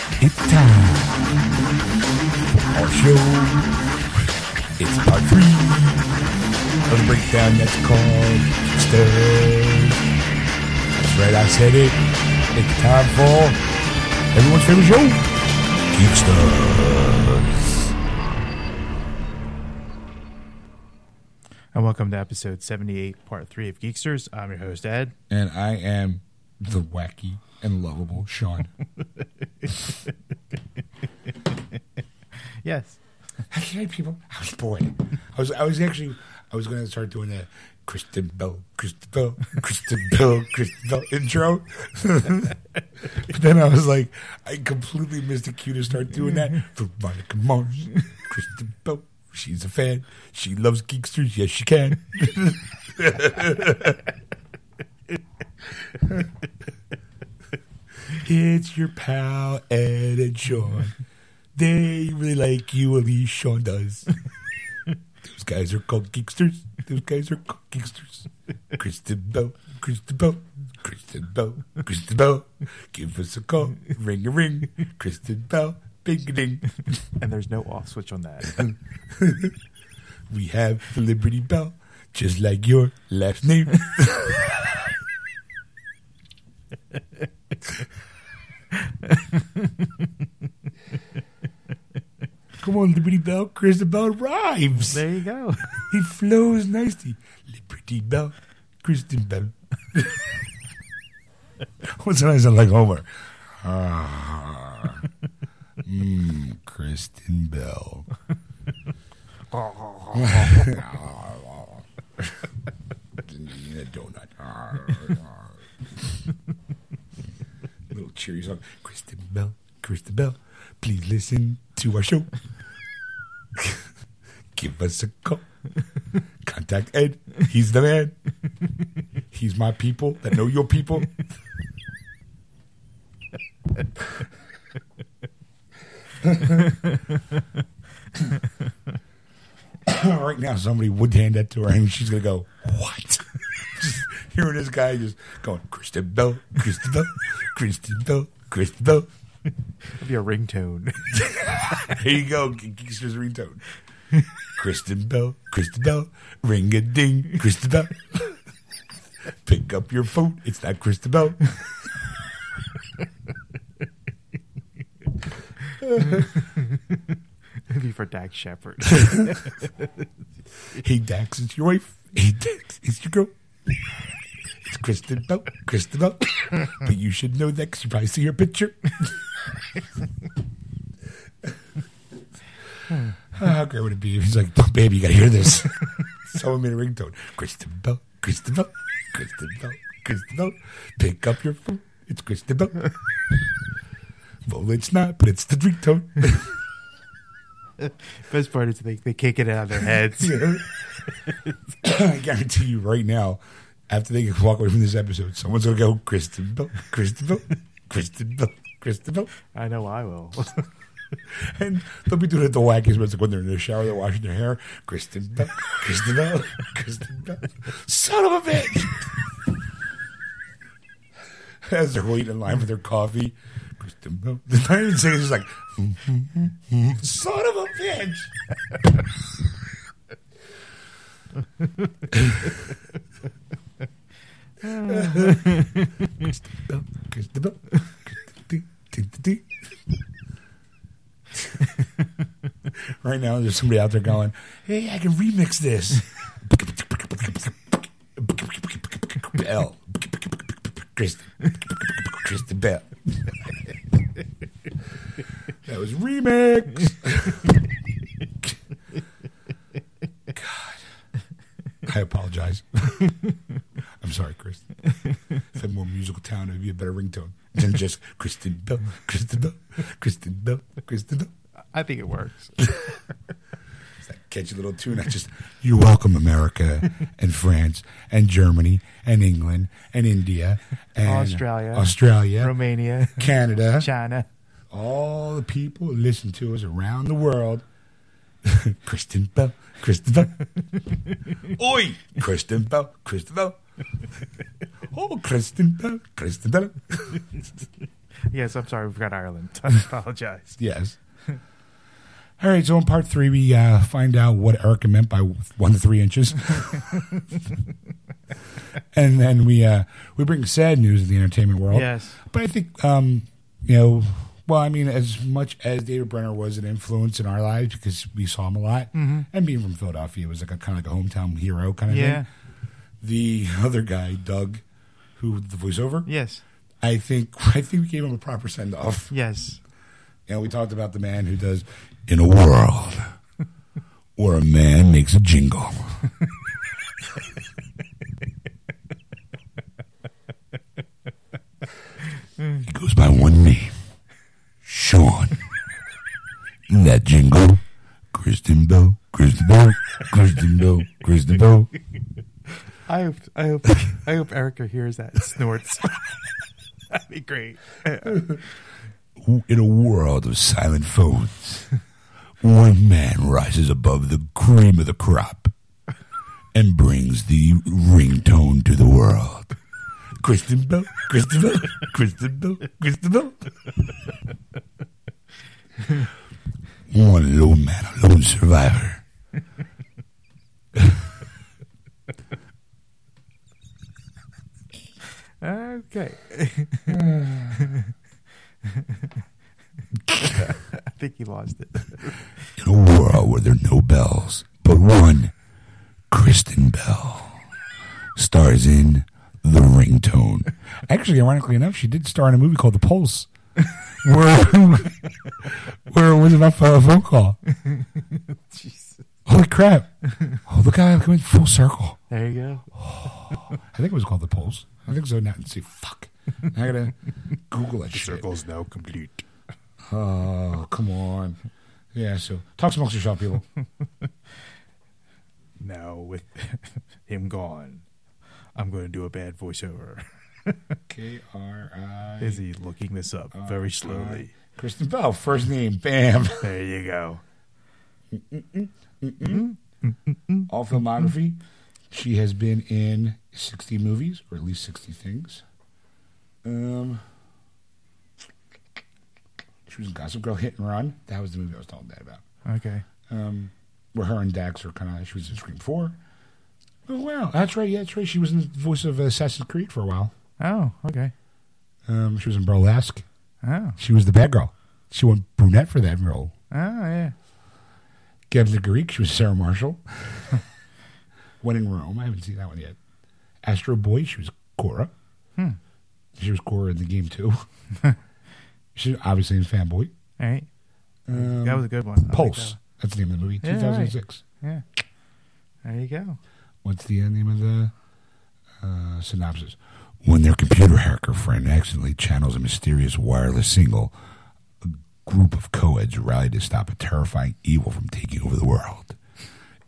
time. Our show, it's part three of the breakdown that's called Stairs. That's right, I said it. It's time for everyone's favorite show, Geeksters. And welcome to episode 78, part 3 of Geeksters. I'm your host, Ed. And I am the wacky and lovable Sean. Yes. Actually, people, I was bored. I was, I was actually, I was going to start doing that Kristen Bell, Kristen Bell, Kristen Bell, Kristen Bell intro. but then I was like, I completely missed the cue to start doing that. Veronica Mars, Kristen Bell, she's a fan. She loves geeksters. Yes, she can. it's your pal Ed and Sean. They really like you, at least Sean does. Those guys are called geeksters. Those guys are called geeksters. Kristen Bell, Kristen Bell, Kristen Bell, Kristen Bell. Give us a call. Ring a ring. Kristen Bell. Bing a ding. And there's no off switch on that. We have the Liberty Bell, just like your last name. Come on, Liberty Bell. Kristen Bell arrives. there you go. He flows nicely. Liberty Bell, Kristen Bell. What's nice? I like Homer. Ah. Mm, Kristen Bell. Eat a donut. Little cheery song. Kristen Bell, Kristen Bell, please listen to our show. Give us a call. Contact Ed. He's the man. He's my people that know your people. right now, somebody would hand that to her, and she's gonna go, "What?" just hearing this guy just going, "Kristen Bell, Kristen Bell, Kristen Bell, Kristen Bell." It'll be a ringtone. Here you go, Geekster's ringtone. Kristen Bell, Kristen Bell, ring a ding, Kristen Bell. Pick up your phone. It's not Kristen Bell. It'll be for Dak Shepard. Hey Dax, it's your wife. Hey Dax, it's your girl. It's Kristen Bell, Kristen Bell. but you should know that 'cause you probably see her picture. How great would it be if he's like, "Oh, baby, you gotta hear this. Someone made a ringtone. Kristen Bell, Kristen Bell, Kristen Bell, Kristen Bell. Pick up your phone. It's Kristen Bell. well, it's not, but it's the ringtone. Best part is they, they can't get it out of their heads. I guarantee you right now, after they walk away from this episode, someone's gonna go, Kristen Bell, Kristen Bell, Kristen Bell, Kristen Bell. I know I will. And they'll be doing it the wackiest ones like when they're in the shower, they're washing their hair. Kristen Bell, Kristen Bell, Kristen Bell. Son of a bitch! As they're waiting in line for their coffee, Kristen Bell. They're not even saying it's just like, son of a bitch! Kristen Bell, Kristen Bell, Kristen Bell, Kristen Bell. Right now, there's somebody out there going, "Hey, I can remix this." Bell, Kristen, Kristen Bell. That was remix. God, I apologize. I'm sorry, Chris. If I had more musical talent, it'd be a better ringtone than just Kristen Bell, Kristen Bell, Kristen Bell, Kristen Bell. I think it works. That catchy little tune. I just, you're welcome, America and France and Germany and England and India and Australia. Australia, Romania, Canada, China. all the people who listen to us around the world. Kristen Bell, Kristen Bell. Oi, Kristen Bell, Kristen Bell. Oh, Kristen Bell, Kristen Bell. yes, I'm sorry. We forgot Ireland. I apologize. Yes. All right, so in part three, we uh, find out what Erica meant by one to three inches, and then we uh, we bring sad news to the entertainment world. Yes. but I think um, you know, well, I mean, as much as David Brenner was an influence in our lives because we saw him a lot, Mm-hmm. and being from Philadelphia, it was like a kind of like a hometown hero kind of Yeah. thing. The other guy, Doug, who did the voiceover, Yes. I think I think we gave him a proper send off. Yes. And we talked about the man who does in a world where a man makes a jingle. he goes by one name, Sean. In that jingle, Kristen Bell, Kristen Bell, Kristen Bell, Kristen Bell. I hope. I hope. I hope Erica hears that and snorts. That'd be great. Who In a world of silent phones, one man rises above the cream of the crop and brings the ringtone to the world. Kristen Bell, Kristen Bell, Kristen Bell, Kristen Bell. One lone man, a lone survivor. Okay. I think he lost it. In a world where there are no bells, but one, Kristen Bell, stars in The Ringtone. Actually, ironically enough, she did star in a movie called The Pulse, where, where it was about a phone call. Jeez. Holy crap. Oh, look how I went full circle. There you go. I think it was called The Pulse. I think so now. See, fuck. Now I gotta Google that shit. Circle's now complete. Oh, come on. Yeah, so talk amongst yourself, people. Now with him gone, I'm going to do a bad voiceover. K R I. E. Is he looking this up very slowly? Kristen Bell, first name, bam. There you go. All filmography. She has been in 60 movies, or at least 60 things. Um, she was in Gossip Girl Hit and Run. That was the movie I was telling Dad about. Okay. Um, where her and Dax are kind of, she was in Scream 4. Oh, wow. That's right. Yeah, that's right. She was in the voice of Assassin's Creed for a while. Oh, okay. Um, she was in Burlesque. Oh, She was the bad girl. She went brunette for that role. oh yeah. Gavin the Greek. She was Sarah Marshall. one in Rome. I haven't seen that one yet. Astro Boy. She was Cora. Hmm. She was Cora in the game too. She's obviously in Fanboy. All right. Um, that was a good one. I like that Pulse. That's the name of the movie. Yeah, right. 2006. one. Yeah. There you go. What's the uh, name of the uh, synopsis? When their computer hacker friend accidentally channels a mysterious wireless signal, a group of co-eds rally to stop a terrifying evil from taking over the world.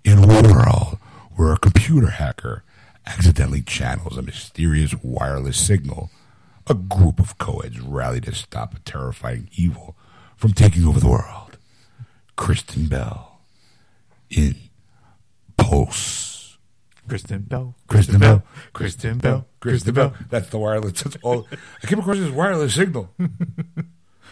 In a world where a computer hacker accidentally channels a mysterious wireless signal, a group of co-eds rally to stop a terrifying evil from taking over the world. Kristen Bell in Pulse. Kristen Bell. Kristen Bell. Kristen Bell. Kristen Bell. That's the wireless. That's all. I came across this wireless signal.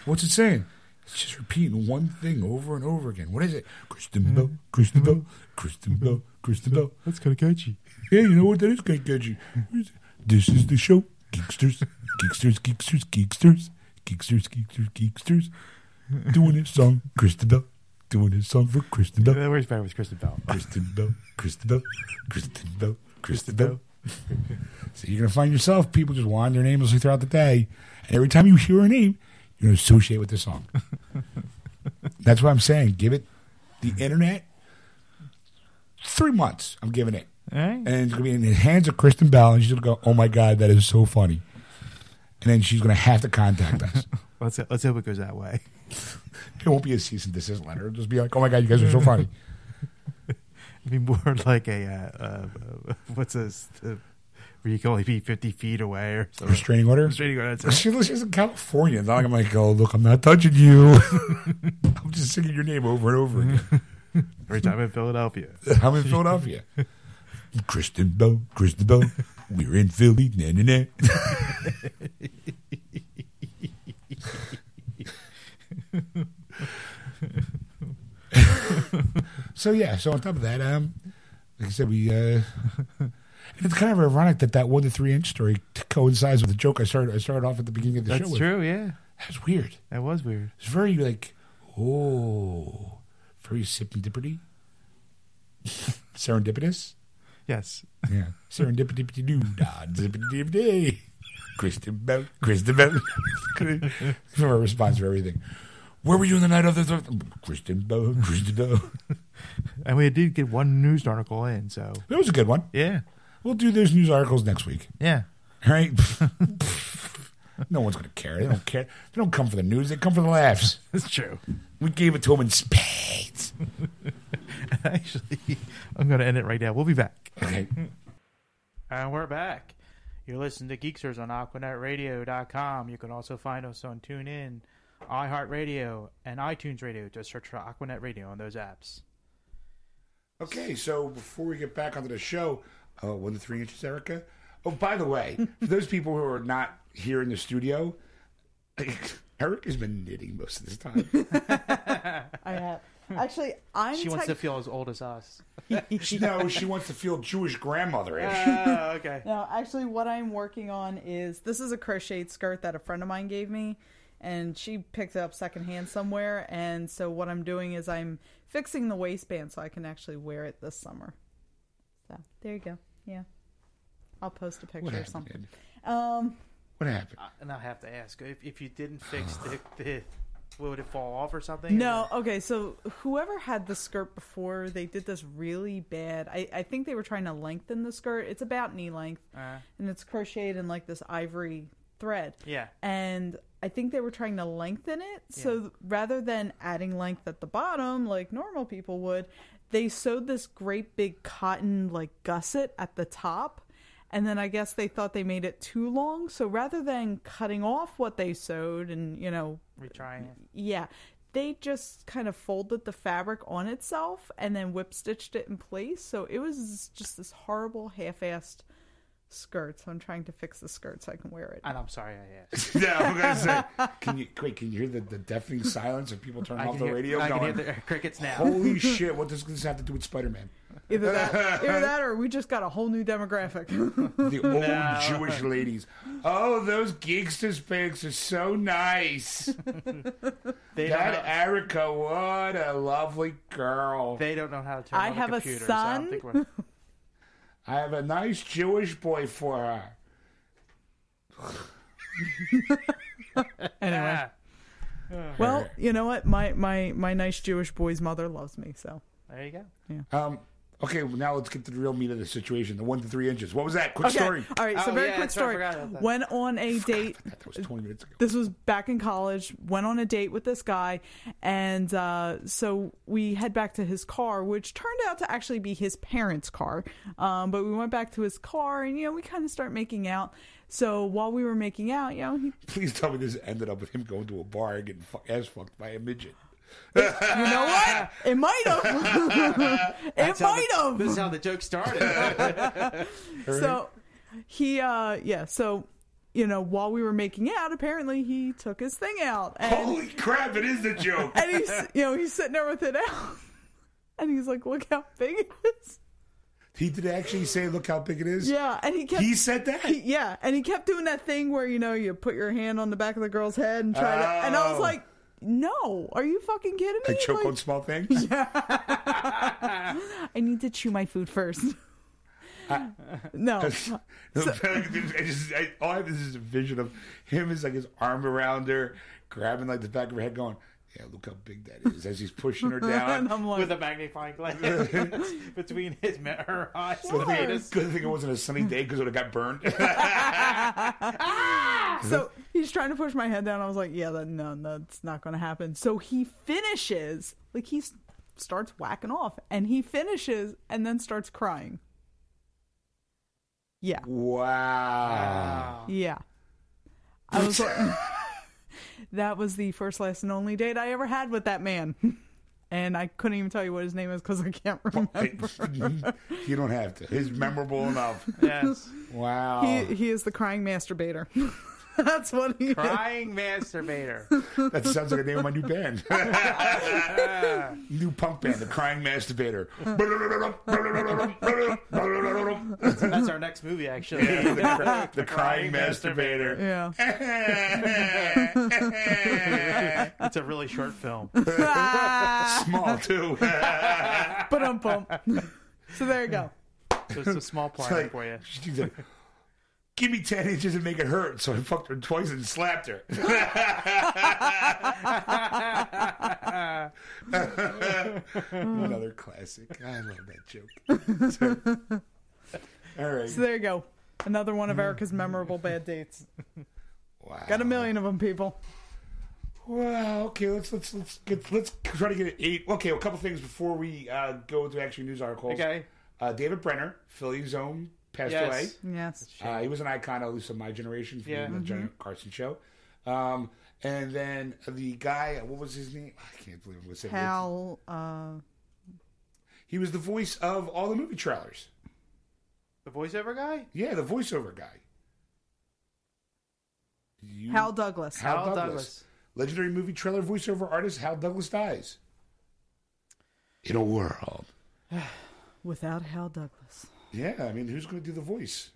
What's it saying? It's just repeating one thing over and over again. What is it? Kristen Bell. Kristen Bell. Kristen Bell. Kristen Bell. That's kind of catchy. Yeah, you know what? That is kind of catchy. What is it? This is the show. Geeksters. Geeksters. Geeksters. Geeksters. Geeksters. Geeksters. Geeksters. Doing this song. Kristen Bell. Doing this song for Kristen Bell. That works better with Kristen Bell. Kristen Bell, Kristen Bell, Kristen Bell, Kristen Bell. so you're gonna find yourself people just wandering aimlessly throughout the day, and every time you hear a name, you're gonna associate with this song. That's what I'm saying. Give it the internet three months. I'm giving it, All right. and it's gonna be in the hands of Kristen Bell, and she's gonna go, "Oh my god, that is so funny," and then she's gonna have to contact us. Let's let's hope it goes that way. it won't be a cease and desist letter. It'll just be like, "Oh my god, you guys are so funny." It'd be more like a uh, uh, uh, what's this? The, where you can only be fifty feet away or something. Restraining order. Restraining order. That's She lives she's in California. It's Not like I'm like, oh, look, I'm not touching you. I'm just singing your name over and over again. it. Every time in Philadelphia. I'm in Philadelphia. Kristen Bell, Kristen Bell, we're in Philly. Na, na, na. So yeah. So on top of that, um, like I said, we. Uh, and it's kind of ironic that that one to three inch story t- coincides with the joke I started. I started off at the beginning of the show. That's with. true. Yeah, That's weird. that was weird. It's very like, oh, very serendipity, serendipitous. Yes. Yeah, serendipity doo da zippity day. Kristen Bell, Kristen Bell. Remember response for everything. Where were you in the night of the th- Kristen Bell, Kristen Bell? And we did get one news article in, so That was a good one. yeah, We'll do those news articles next week. yeah. All right. no one's gonna care. They don't care. They don't come for the news. They come for the laughs. That's true. We gave it to them in spades. Actually, I'm going to end it right now. We'll be back. Okay. And we're back. You're listening to Geeksters on AquanetRadio.com. You can also find us on TuneIn, iHeartRadio, and iTunes Radio. Just search for Aquanet Radio on those apps. Okay, so before we get back onto the show, uh, one to three inches, Erica. Oh, by the way, for those people who are not here in the studio, Eric has been knitting most of this time. I have. Actually, I'm. She wants tech- to feel as old as us. She- no, she wants to feel Jewish grandmother-ish. Oh, okay. No, actually, what I'm working on is this is a crocheted skirt that a friend of mine gave me, and she picked it up secondhand somewhere. And so, what I'm doing is I'm fixing the waistband so I can actually wear it this summer. So, there you go. Yeah. I'll post a What picture or happened? something. Ed? Um, What happened? And I have to ask if, if you didn't fix the, the would it fall off or something? no, okay, so whoever had the skirt before, they did this really bad. I, I think they were trying to lengthen the skirt. It's about knee length, Uh, and it's crocheted in like this ivory thread. yeah. and I think they were trying to lengthen it. So th- rather than adding length at the bottom like normal people would, they sewed this great big cotton like gusset at the top. And then I guess they thought they made it too long. So rather than cutting off what they sewed and, you know, Retrying it. yeah, they just kind of folded the fabric on itself and then whip stitched it in place. So it was just this horrible half-assed skirt. So I'm trying to fix the skirt so I can wear it. And I'm sorry I asked. yeah, I'm gonna say. Can you wait? Can you hear the, the deafening silence of people turning I off the can hear, radio? I can hear going, the crickets now. Oh, Holy shit! What does this have to do with Spider-Man? Either that, either that, or we just got a whole new demographic. The old Jewish ladies. Oh, those geeksters pigs are so nice. they, don't That know, Erica, what a lovely girl. they don't know how to turn I on have the a computer. So I son. don't think we're, I have a nice Jewish boy for her. anyway, Ah, well, you know what? My my my nice Jewish boy's mother loves me, so there you go. Um, okay, well, now let's get to the real meat of the situation. The one to three inches. What was that? Quick okay. story. All right, so Oh, very yeah, quick that's right, I story. forgot about that. Went on a date. That was 20 minutes ago. This was back in college. Went on a date with this guy, and uh, so we head back to his car, which turned out to actually be his parents' car. Um, but we went back to his car, and you know we kind of start making out. So while we were making out, you know, he Please tell me this ended up with him going to a bar and getting fu- ass fucked by a midget. you know what? It might have. it That's how might the- have. This is how the joke started. So he uh yeah, so you know, while we were making out, apparently he took his thing out and Holy crap, it is the joke. and he's you know, he's sitting there with it out. And he's like, "Look how big it is." he did actually say, look how big it is. Yeah, and he kept He said that. he- yeah, and he kept doing that thing where you know, you put your hand on the back of the girl's head and try to and I was Oh. like, "No, are you fucking kidding I me?" choke Like, on small things. I need to chew my food first. no. I just, I, all I have is this vision of him is like his arm around her, grabbing like the back of her head, going, "Yeah, look how big that is." As he's pushing her And down. I'm like, with a magnifying glass between his her eyes and Sure. penis. Good thing it wasn't a sunny day because it would have got burned. So he's trying to push my head down. I was like, yeah, that, no, that's not going to happen. So he finishes, like he s- starts whacking off, and he finishes and then starts crying. Yeah, wow. yeah. I was like, that was the first, last, and only date I ever had with that man. And I couldn't even tell you what his name is because I can't remember. you don't have to. He's memorable enough. Yes. Wow. He, he is the crying masturbator. That's what he Crying masturbator. That sounds like the name of my new band. new punk band, The Crying Masturbator. That's our next movie, actually. the, Crying Masturbator. Yeah. It's a really short film. Small, too. But um bump. So there you go. So it's a small It's platter like- for you. she's like, Give me 10 inches and make it hurt. So I fucked her twice and slapped her. Another classic. I love that joke. all right. So there you go. Another one of Erica's memorable bad dates. wow. Got a million of them, people. Well, okay, let's let's let's get, let's try to get an eight. Okay, a couple things before we uh, go to actual news articles. Okay. Uh, David Brenner, Philly's own, passed Yes. away. Yes. Uh, he was an icon, at least of my generation, from Yeah. the Johnny Mm-hmm. Carson show. Um, and then the guy, what was his name? I can't believe I'm going to say it. Hal uh He was the voice of all the movie trailers. The voiceover guy? Yeah, the voiceover guy. You, Hal Douglas. Hal Douglas. Legendary movie trailer voiceover artist Hal Douglas dies. In a world. Without Hal Douglas. Yeah, I mean, who's going to do the voice?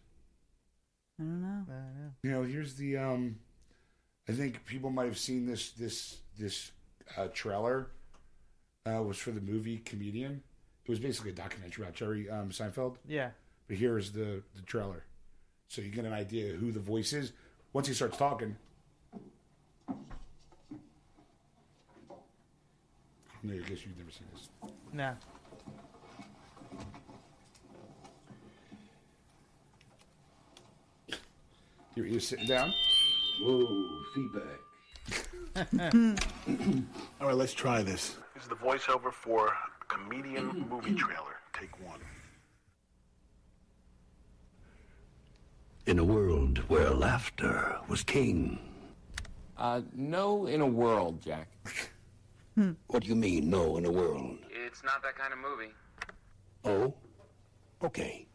I don't know. I don't know. You know, here's the. um I think people might have seen this this this uh, trailer. Uh, was for the movie Comedian. It was basically a documentary about Jerry um, Seinfeld. Yeah. But here's the the trailer, so you get an idea who the voice is once he starts talking. I don't know, I guess you've never seen this. No. You're, you're sitting down. Whoa, feedback. All right, let's try this. is the voiceover for comedian movie trailer. Take one. In a world where laughter was king. Uh, no, in a world, Jack. What do you mean, no, in a world? It's not that kind of movie. Oh? Okay.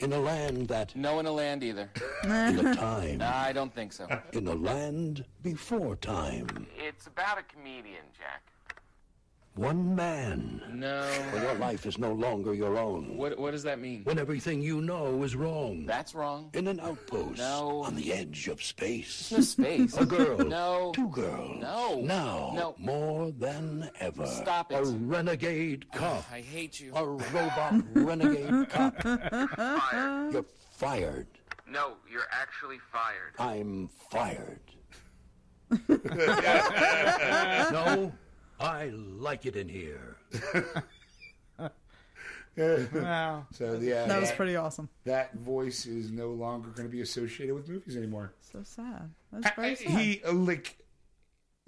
In a land that, No, in a land either. in a time, I don't think so. in a land before time, It's about a comedian, Jack. one man, No. where your life is no longer your own, What What does that mean? when everything you know is wrong, That's wrong. in an outpost, No. on the edge of space. No space. A girl. No. Two girls. No. Now, No. more than ever. Stop it. A renegade cop. I hate you. A robot renegade cop. You're fired. No, you're actually fired. I'm fired. no, I like it in here. Wow. So yeah, That that, was pretty awesome. that voice is no longer going to be associated with movies anymore. So sad. That's very sad. He uh, like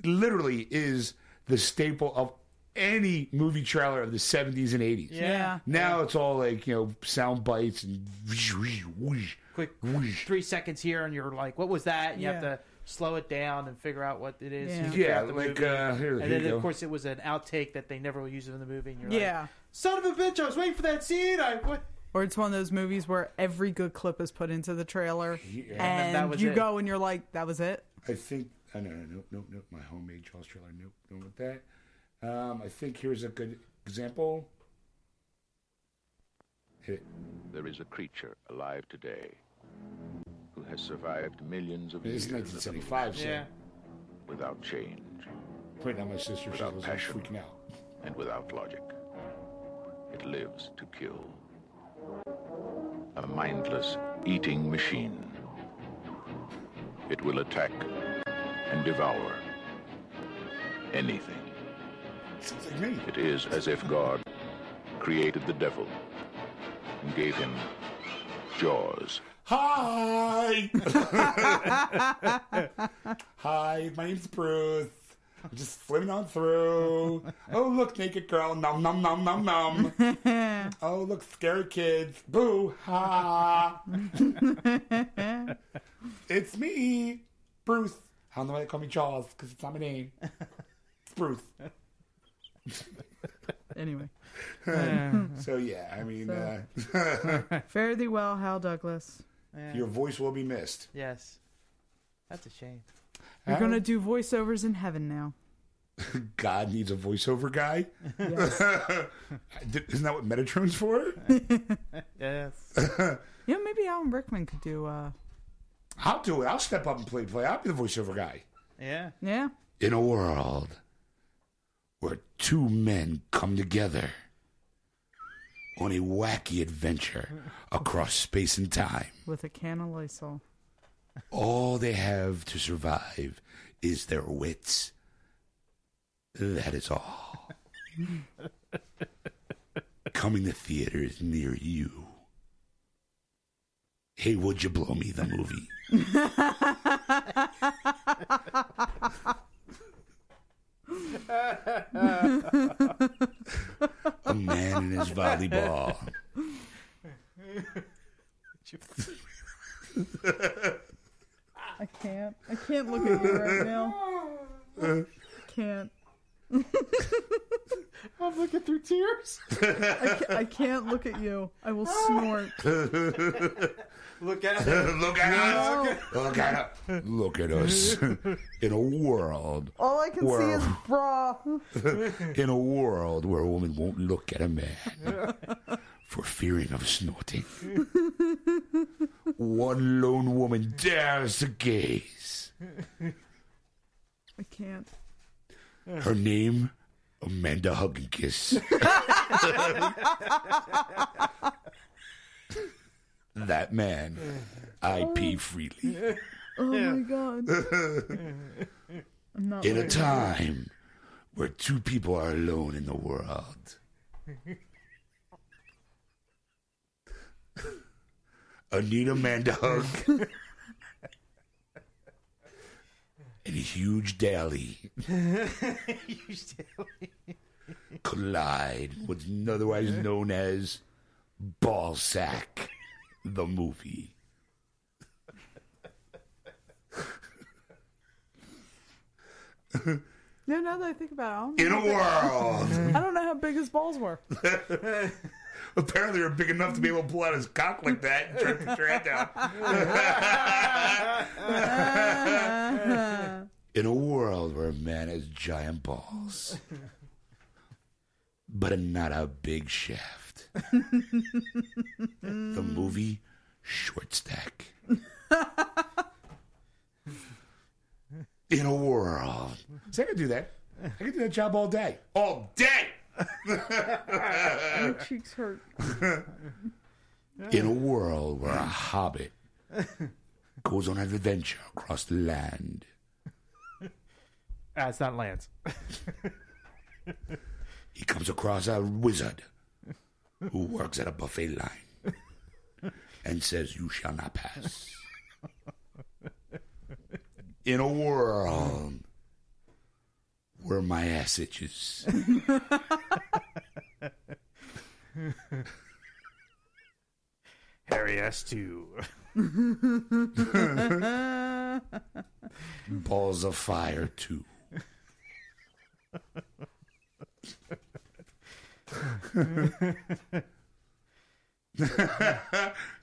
literally is the staple of any movie trailer of the 70s and 80s. Yeah. yeah. Now it's all like, you know, sound bites and whoosh, whoosh, whoosh, Quick whoosh. three seconds here, and you're like, what was that? And you have Yeah. to slow it down and figure out what it is. Yeah. throughout Yeah, the like movie. uh here, and here then, you of go. course, it was an outtake that they never used in the movie. And you're like, Yeah. son of a bitch, I was waiting for that scene. I what? Or it's one of those movies where every good clip is put into the trailer then and that was you it. go and you're like, that was it? I think oh, no, no, no, no, no, my homemade Jaws trailer. Nope, don't with that. Um, I think here's a good example. Hit it. There is a creature alive today who has survived millions of This years is 1975, so Yeah. without change right now my sister she was like, Passion. freaking out. and without logic. It lives to kill. A mindless eating machine. It will attack and devour anything. Sounds like me. It is as if God created the devil and gave him jaws. Hi. Hi, my name's Bruce. I'm just swimming on through. Oh, look, naked girl. Nom, nom, nom, nom, nom. oh, look, scary kids. Boo. Ha. it's me, Bruce. I don't know why they call me Jaws because it's not my name. It's Bruce. Anyway. So, yeah, I mean, uh, Fare thee well, Hal Douglas. your voice will be missed. Yes. That's a shame. You're going to do voiceovers in heaven now. God needs a voiceover guy. Isn't that what Metatron's for? Yes. You know, maybe Alan Rickman could do. uh I'll do it. I'll step up and play play. I'll be the voiceover guy. Yeah. Yeah. In a world where two men come together on a wacky adventure across space and time, With a can of Lysol. all they have to survive is their wits. That is all. Coming to theaters near you. Hey, would you blow me the movie? A man in his volleyball. I can't. I can't look at you right now. Can't. I'm looking through tears. I, ca- I can't look at you. I will snort. Look at it. Look at us! Look at us! Look at us! In a world All I can see is Whoa. bra. in a world where a woman won't look at a man for fearing of snorting. One lone woman dares to gaze. I can't. Her name, Amanda Hug and Kiss. that man, I pee freely. Oh my god. I'm not. In a time where two people are alone in the world. Anita Mandog and huge daily collide what's otherwise known as Ballsack the movie. No, now that I think about it, I In a world don't, I don't know how big his balls were. apparently are big enough to be able to pull out his cock like that and jerk his hand down. In a world where a man has giant balls, but not a big shaft. the movie Short Stack. In a world. See, I could do that. I could do that job all day. All day! My cheeks hurt. in a world where a hobbit goes on an adventure across the land. That's not Lance. He comes across a wizard who works at a buffet line and says, You shall not pass. In a world where my ass itches. Harry S2. Balls of Fire 2.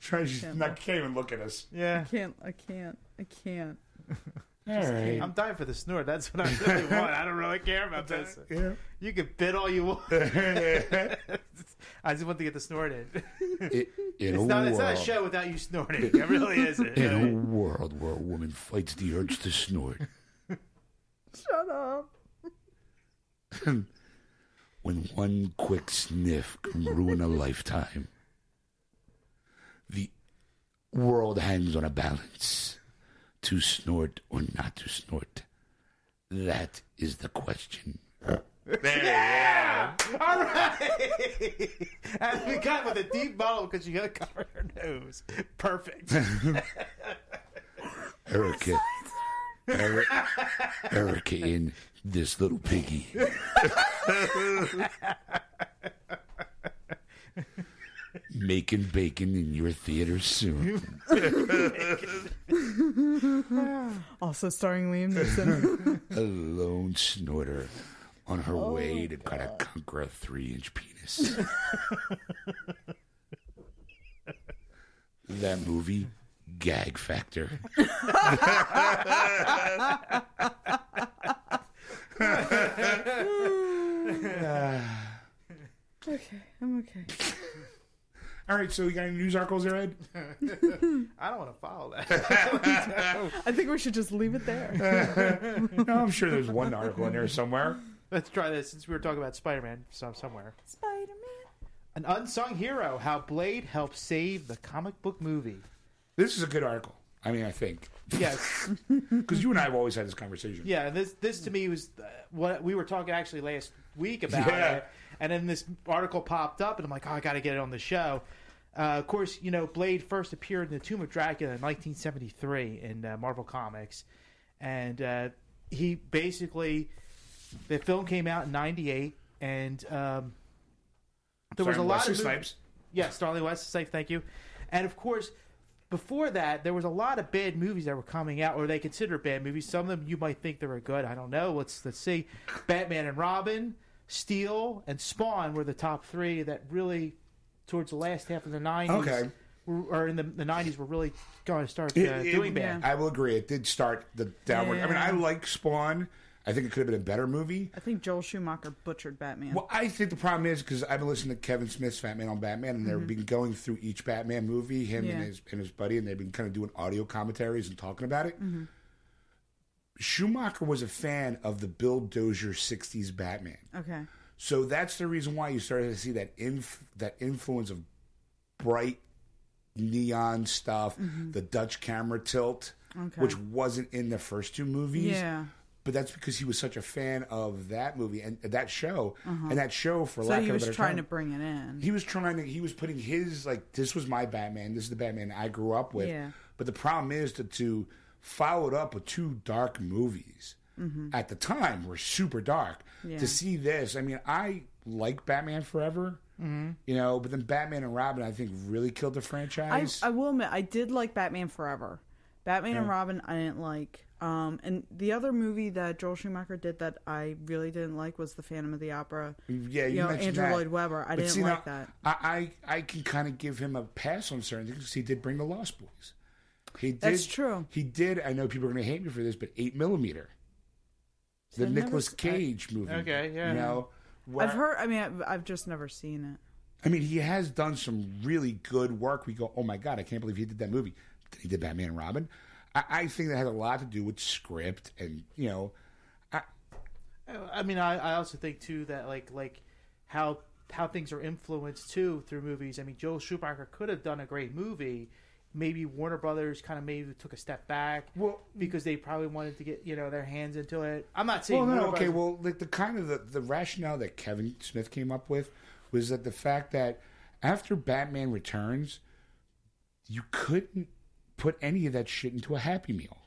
Trying to not can't even look at us. Yeah. Can't. I can't. I can't. All right. I'm dying for the snort. That's what I really want. I don't really care about this. Yeah. You can bid all you want. I just want to get the snort in. I- in a It's not, it's not a world, show without you snorting. It really isn't. in a world where a woman fights the urge to snort, Shut up. when one quick sniff can ruin a lifetime, the world hangs on a balance: to snort or not to snort. That is the question. All right. and we got with a deep bottle because you got to cover your nose. Perfect. Erica, Eri- Erica, in this little piggy. Making bacon in your theater soon. Also starring Liam Neeson. A lone snorter on her way to kind of conquer a three inch penis. that movie, gag factor. Okay, I'm okay. All right, so we got any news articles there, Ed? I don't want to follow that. I think we should just leave it there. No, I'm sure there's one article in there somewhere. Let's try this since we were talking about Spider-Man some, somewhere. Spider An unsung hero: How Blade helped save the comic book movie. This is a good article. I mean, I think Yes, because you and I have always had this conversation. yeah. and This this to me was uh, what we were talking actually last week about Yeah. it, and then this article popped up, and I'm like, oh, I got to get it on the show. Uh, of course, you know, Blade first appeared in the Tomb of Dracula in 1973 in uh, Marvel Comics, and uh, he basically the film came out in '98, and um, there was a Sorry, lot Wesley of mov- Snipes. Yeah, Starling West is safe. Thank you. And of course, before that, there was a lot of bad movies that were coming out, or they considered bad movies. Some of them you might think they were good. I don't know. Let's let's see. Batman and Robin, Steel, and Spawn were the top three that really, towards the last half of the nineties, Okay. or in the the nineties, were really going to start uh, It- it- doing bad. I will agree. It did start the downward. I mean, I like Spawn. I think it could have been a better movie. I think Joel Schumacher butchered Batman. Well, I think the problem is because I've been listening to Kevin Smith's Fat Man on Batman, and Mm-hmm. they've been going through each Batman movie, him and Yeah. his and his buddy, and they've been kind of doing audio commentaries and talking about it. Mm-hmm. Schumacher was a fan of the Bill Dozier '60s Batman. Okay. So that's the reason why you started to see that inf- that influence of bright neon stuff, the Dutch camera tilt, Okay. which wasn't in the first two movies. Yeah. But that's because he was such a fan of that movie and that show, and that show for Uh-huh. So lack he of a was better trying to term, bring it in. he was trying to he was putting his like this was my Batman, this is the Batman I grew up with. Yeah. But the problem is that to follow it up with two dark movies at the time were super dark. Mm-hmm. Yeah. To see this, I mean, I like Batman Forever, Mm-hmm. you know, but then Batman and Robin, I think, really killed the I, franchise. I will admit, I did like Batman Forever. Batman and Robin, I didn't like. Um, and the other movie that Joel Schumacher did that I really didn't like was The Phantom of the Opera. yeah, you, know, mentioned Andrew that. Lloyd Webber. I But didn't see, like now, that. I, I I can kind of give him a pass on certain things because he did bring the Lost Boys. He did, That's true. He did. I know people are going to hate me for this, but Eight Millimeter, See, the I've never Nicolas s- I- Cage movie. Okay, yeah. You know, where- I've heard. I mean, I've, I've just never seen it. I mean, he has done some really good work. We go, oh my god, I can't believe he did that movie. He did Batman and Robin. I, I think that has a lot to do with script and you know, I mean, I, I also think too that like like how how things are influenced too through movies. I mean, Joel Schumacher could have done a great movie. Maybe Warner Brothers kind of maybe took a step back Well- because they probably wanted to get you know their hands into it. I'm not saying Well, no, Warner okay. Brothers- Well, like the kind of the, the rationale that Kevin Smith came up with was that the fact that after Batman Returns, you couldn't put any of that shit into a Happy Meal.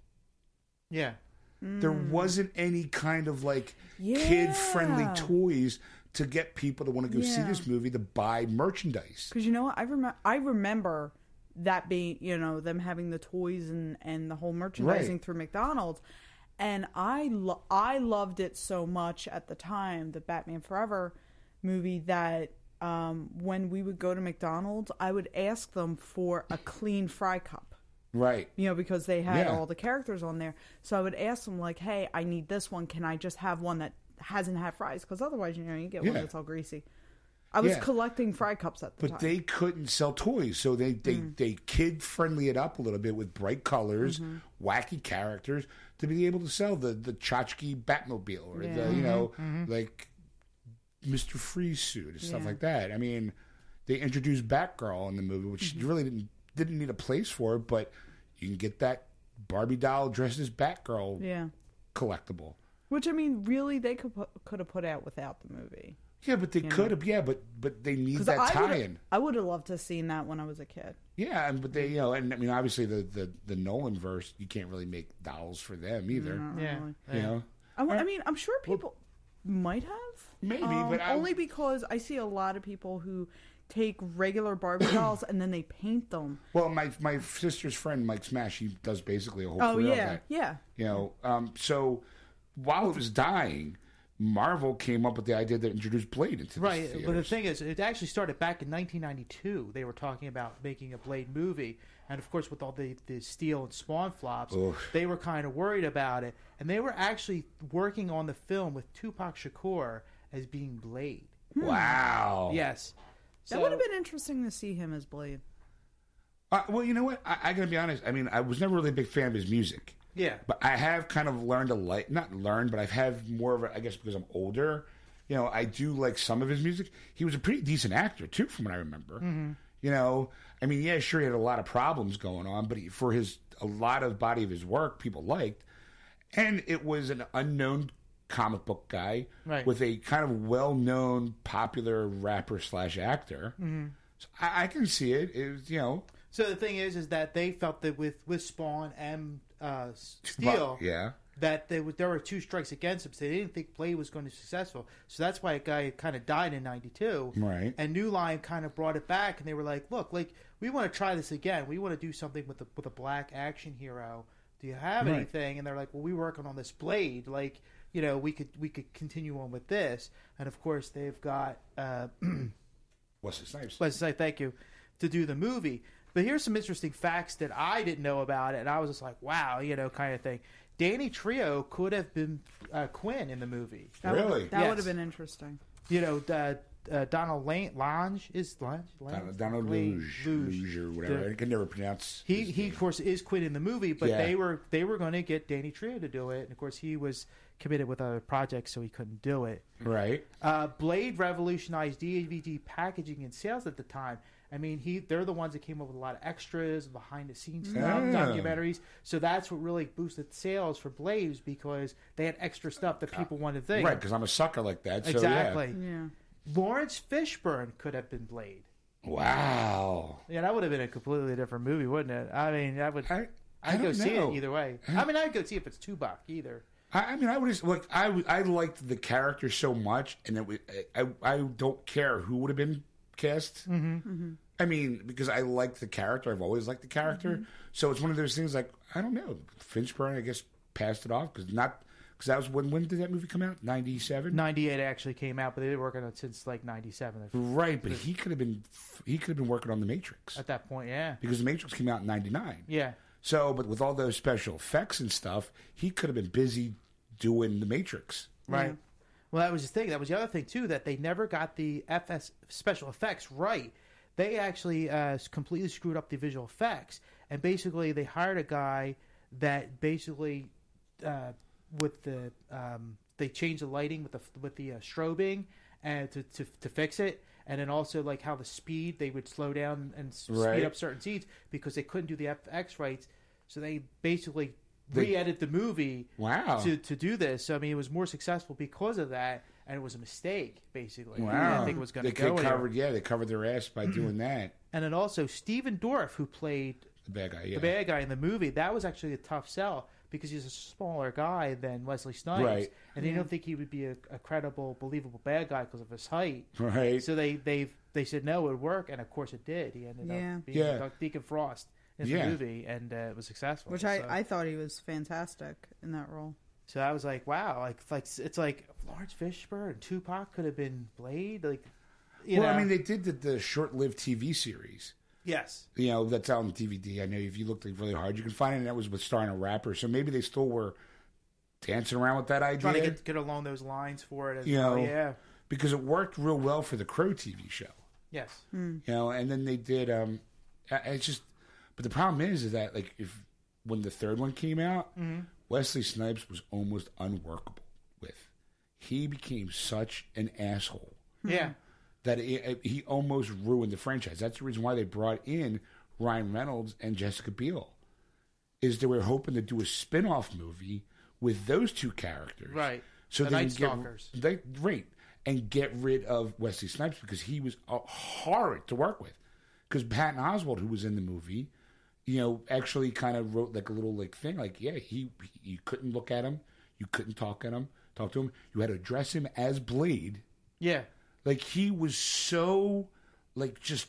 yeah, There Mm. wasn't any kind of like Yeah. kid-friendly toys to get people to want to go see Yeah. this movie to buy merchandise. Because you know what? I remember. I remember that being, you know, them having the toys and and the whole merchandising Right. through McDonald's, and I lo- I loved it so much at the time, the Batman Forever movie that. Um, when we would go to McDonald's, I would ask them for a clean fry cup, Right. you know, because they had Yeah. all the characters on there. So I would ask them, like, hey, I need this one. Can I just have one that hasn't had fries? Because otherwise, you know, you get one Yeah. that's all greasy. I was Yeah. collecting fry cups at the time. But they couldn't sell toys, so they they, Mm. they kid friendly it up a little bit with bright colors, Mm-hmm. wacky characters to be able to sell the the tchotchke Batmobile or the you know like Mister Freeze suit and stuff Mm-hmm. Yeah. like that. I mean, they introduced Batgirl in the movie, which Mm-hmm. you really didn't didn't need a place for, but you can get that Barbie doll dressed as Batgirl Yeah. collectible. Which I mean, really, they could put, could have put out without the movie. Yeah, but they could have. Yeah, but but they need that I would've- tie-in. I would have loved to have seen that when I was a kid. Yeah, and but they, you know, and I mean, obviously the the the Nolan verse, you can't really make dolls for them either. yeah, You know, I, wa- I mean, I'm sure people might have maybe, um, but I, only because I see a lot of people who take regular Barbie dolls and then they paint them. well, my my sister's friend Mike Smash, he does basically a whole Oh career of yeah, that. yeah. You know, um, so while it was dying, Marvel came up with the idea to introduce Blade into the Right, but the theaters. thing is, it actually started back in 1992. They were talking about making a Blade movie, and of course, with all the, the Steel and Spawn flops, Oof. they were kind of worried about it. And they were actually working on the film with Tupac Shakur as being Blade. Hmm. Wow. Yes, That So- would have been interesting to see him as Blade. Uh, well, you know what? I, I gotta be honest. I mean, I was never really a big fan of his music. yeah. But I have kind of learned to like, not learned, but I've had more of it, I guess, because I'm older. You know, I do like some of his music. He was a pretty decent actor, too, from what I remember. You know, I mean, yeah, sure, he had a lot of problems going on, but he, for his, a lot of body of his work, people liked. And it was an unknown comic book guy Right. with a kind of well known, popular rapper slash actor. So I, I can see it. It was, you know, So the thing is, is that they felt that with with Spawn and uh, S- Steel, yeah. that they, was- there were two strikes against him, so they didn't think Blade was going to be successful. So that's why a guy kind of died in '92, Right. And New Line kind of brought it back, and they were like, "Look, like we want to try this again. We want to do something with a with a black action hero. Do you have Right. anything?" And they're like, "Well, we're working on this Blade. Like, you know, we could we could continue on with this." And of course, they've got. Uh, Wesley Snipes. Let's say thank you to do the movie. But here's some interesting facts that I didn't know about it, and I was just like, wow, you know, kind of thing. Danny Trio could have been uh, Quinn in the movie. That Really? Would, that Yes. would have been interesting. You know, uh, uh, Donald Lange, Lange is Lange, Lange? Donald, Donald Lange- Luge, Luge or whatever. The- I can never pronounce. he his he name. of course is Quinn in the movie, but Yeah. they were they were going to get Danny Trio to do it, and of course he was committed with other projects, so he couldn't do it. right. Uh, Blade revolutionized DVD packaging and sales at the time. I mean, he they're the ones that came up with a lot of extras, behind the scenes stuff, Yeah. documentaries. So that's what really boosted sales for Blades because they had extra stuff that people wanted to think. Right, because I'm a sucker like that. So, exactly. Yeah. Lawrence Fishburne could have been Blade. Yeah. Wow. Yeah, that would have been a completely different movie, wouldn't it? I mean, I would. I, I I'd go don't see know. it either way. I mean, I'd go see if it's Tupac either. I, I mean, I would just like I w- I liked the character so much, and it was, I I don't care who would have been cast. Mm-hmm. I mean, because I like the character, I've always liked the character. Mm-hmm. So it's one of those things. Like I don't know, Finchburn, I guess passed it off because not because that was when when did that movie come out? Ninety seven. Ninety eight actually came out, but they've been working on it since like ninety seven. Right, but he could have been he could have been working on the Matrix At that point, yeah, because the Matrix came out in ninety nine. yeah. So, but with all those special effects and stuff, he could have been busy doing the Matrix. Right. Well, that was the thing. That was the other thing too. That they never got the FS special effects right. They actually uh, completely screwed up the visual effects, and basically they hired a guy that basically uh, with the um, they changed the lighting with the with the uh, strobing and to, to to fix it, and then also like how the speed they would slow down and s- Right. speed up certain scenes because they couldn't do the FX rights, so they basically re-edit the movie Wow. to to do this. So I mean, it was more successful because of that, and it was a mistake basically. Wow, I didn't think it was going they to could go. have anywhere. covered. Yeah, they covered their ass by Mm-hmm. doing that. And then also Steven Dorff, who played The bad guy. Yeah. the bad guy in the movie, that was actually a tough sell because he's a smaller guy than Wesley Snipes, Right. and they don't think he would be a, a credible, believable bad guy because of his height. Right. So they they they said no, it would work, and of course it did. He ended Yeah. up being Yeah. Doc- Deacon Frost in Yeah. the movie, and uh, it was successful. Which I, So- I thought he was fantastic in that role. So I was like, wow, like it's like it's like Lawrence Fishburne and Tupac could have been Blade, like you well, know. I mean, they did the, the short-lived TV series. yes, You know, that's out on DVD. I know if you looked like, really hard, you can find it. And that was with starring a rapper. So maybe they still were dancing around with that idea. trying to get get along those lines for it. As You well. know. yeah, because it worked real well for the Crow TV show. yes, you know and then they did um I- I it's just but the problem is is that like if when the third one came out Mm-hmm. wesley snipes was almost unworkable with he became such an asshole yeah, Mm-hmm. that it, it- he almost ruined the franchise that's the reason why they brought in ryan reynolds and jessica biel is they were hoping to do a spin-off movie with those two characters Right. so The they can Night get- Stalkers. they right and get rid of Wesley Snipes because he was uh, horrid to work with. Because Patton Oswald, who was in the movie, you know, actually kind of wrote like a little like thing, like yeah, he, he you couldn't look at him, you couldn't talk at him, talk to him, you had to address him as Blade. yeah. Like he was so like just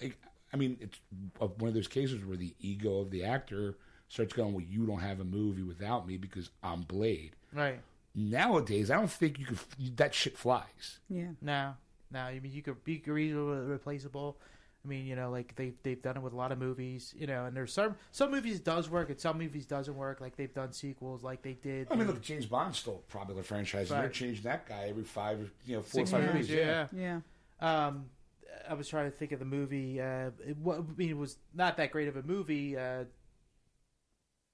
like I mean, it's uh, one of those cases where the ego of the actor starts going, well, you don't have a movie without me because I'm Blade Right. Nowadays, I don't think you could that shit flies. Yeah. No, no. I mean, you could be reasonably replaceable. I mean, you know, like they've they've done it with a lot of movies, you know. And there's some some movies does work, and some movies doesn't work. Like they've done sequels, like they did. I mean, look, James Bond's still a popular franchise. and They're Right. changing that guy every five, you know, four Six or five movies, years. yeah. Yeah. Um, I was trying to think of the movie. Uh, it, wa- I mean, it was not that great of a movie. Uh,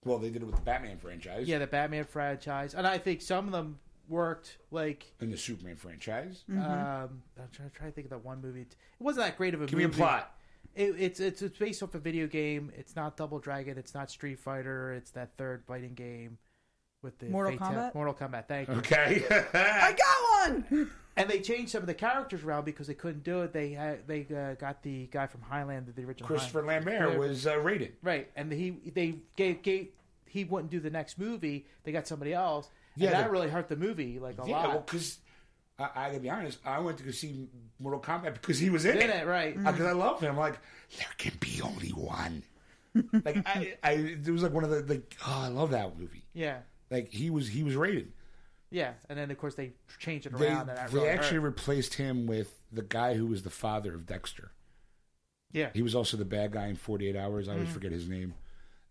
Well, they did it with the Batman franchise yeah, the Batman franchise, and I think some of them worked. Like, and the Superman franchise. um, I'm trying, trying to think of that one movie. It wasn't that great of a Give me movie. a plot. It, it's it's it's based off a video game. It's not Double Dragon. It's not Street Fighter. It's that third fighting game with the Mortal fatali- Kombat? Mortal Kombat. Thank you. Okay. Ah. I got one. And they changed some of the characters around because they couldn't do it. They had, they uh, got the guy from Highlander, the original Christopher Highlander. Lambert was uh, rated. right, and he they gave, gave he wouldn't do the next movie. They got somebody else. Yeah, and that the- really hurt the movie like a yeah, lot. well, because I, I gotta be honest, I went to go see Mortal Kombat because he was in, Did it right? Because I love him. Like there can be only one. like I, I, it was like one of the like. Oh, I love that movie. Yeah, Like he was, he was rated. yeah. And then of course they changed it They, around, and that they really actually hurt. replaced him with the guy who was the father of Dexter. yeah. Mm-hmm. He was also the bad guy in Forty Eight Hours. I always forget his name,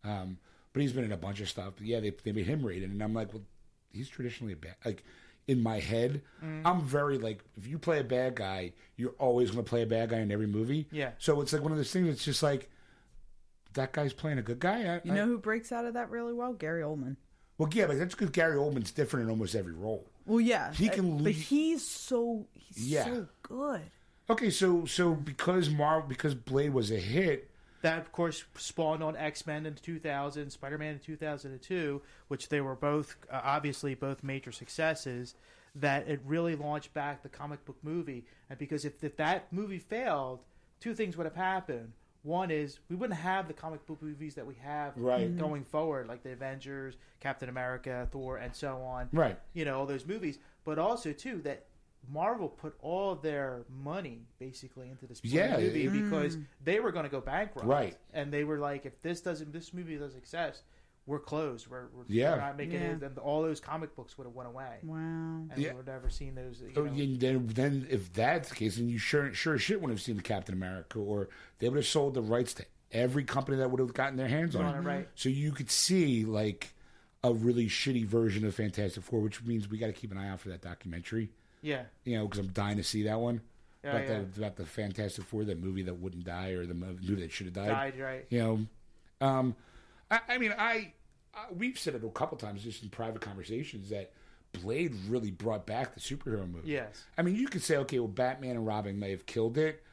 um, but he's been in a bunch of stuff. But yeah, they they made him rated, and I'm like, well, he's traditionally a bad like. In my head, Mm. I'm very like if you play a bad guy, you're always going to play a bad guy in every movie. Yeah. So it's like one of those things. It's just like that guy's playing a good guy. I, You I- know who breaks out of that really well? Gary Oldman. well, yeah, but that's because Gary Oldman's different in almost every role. Well, yeah. He uh, can But lose- he's so he's Yeah. so good. Okay, so so because Marvel because Blade was a hit, That, of course, spawned on X Men in 2000, Spider Man in 2002, which they were both uh, obviously both major successes. That it really launched back the comic book movie. And because if, if that movie failed, two things would have happened. One is we wouldn't have the comic book movies that we have Right. going forward, like the Avengers, Captain America, Thor, and so on. Right. You know, all those movies. But also, too, that Marvel put all their money basically into this Yeah, movie it- because they were going to go bankrupt Right. and they were like, if this doesn't, this movie doesn't success, we're closed. We're, we're, Yeah. we're not making Yeah. it. Then all those comic books would have went away, Wow. and Yeah. we would have never seen those. You Oh, know. and then, then if that's the case, then you sure sure as shit wouldn't have seen the Captain America, or they would have sold the rights to every company that would have gotten their hands on On it. it, right. So you could see like a really shitty version of Fantastic Four, which means we got to keep an eye out for that documentary. Yeah, You know, because I'm dying to see that one Yeah, about yeah. the about the Fantastic Four, that movie that wouldn't die, or the mo- movie that should have died. died right. You know, um, I, I mean, I, I we've said it a couple times just in private conversations that Blade really brought back the superhero movie. Yes, I mean, you could say, okay, well, Batman and Robin may have killed it.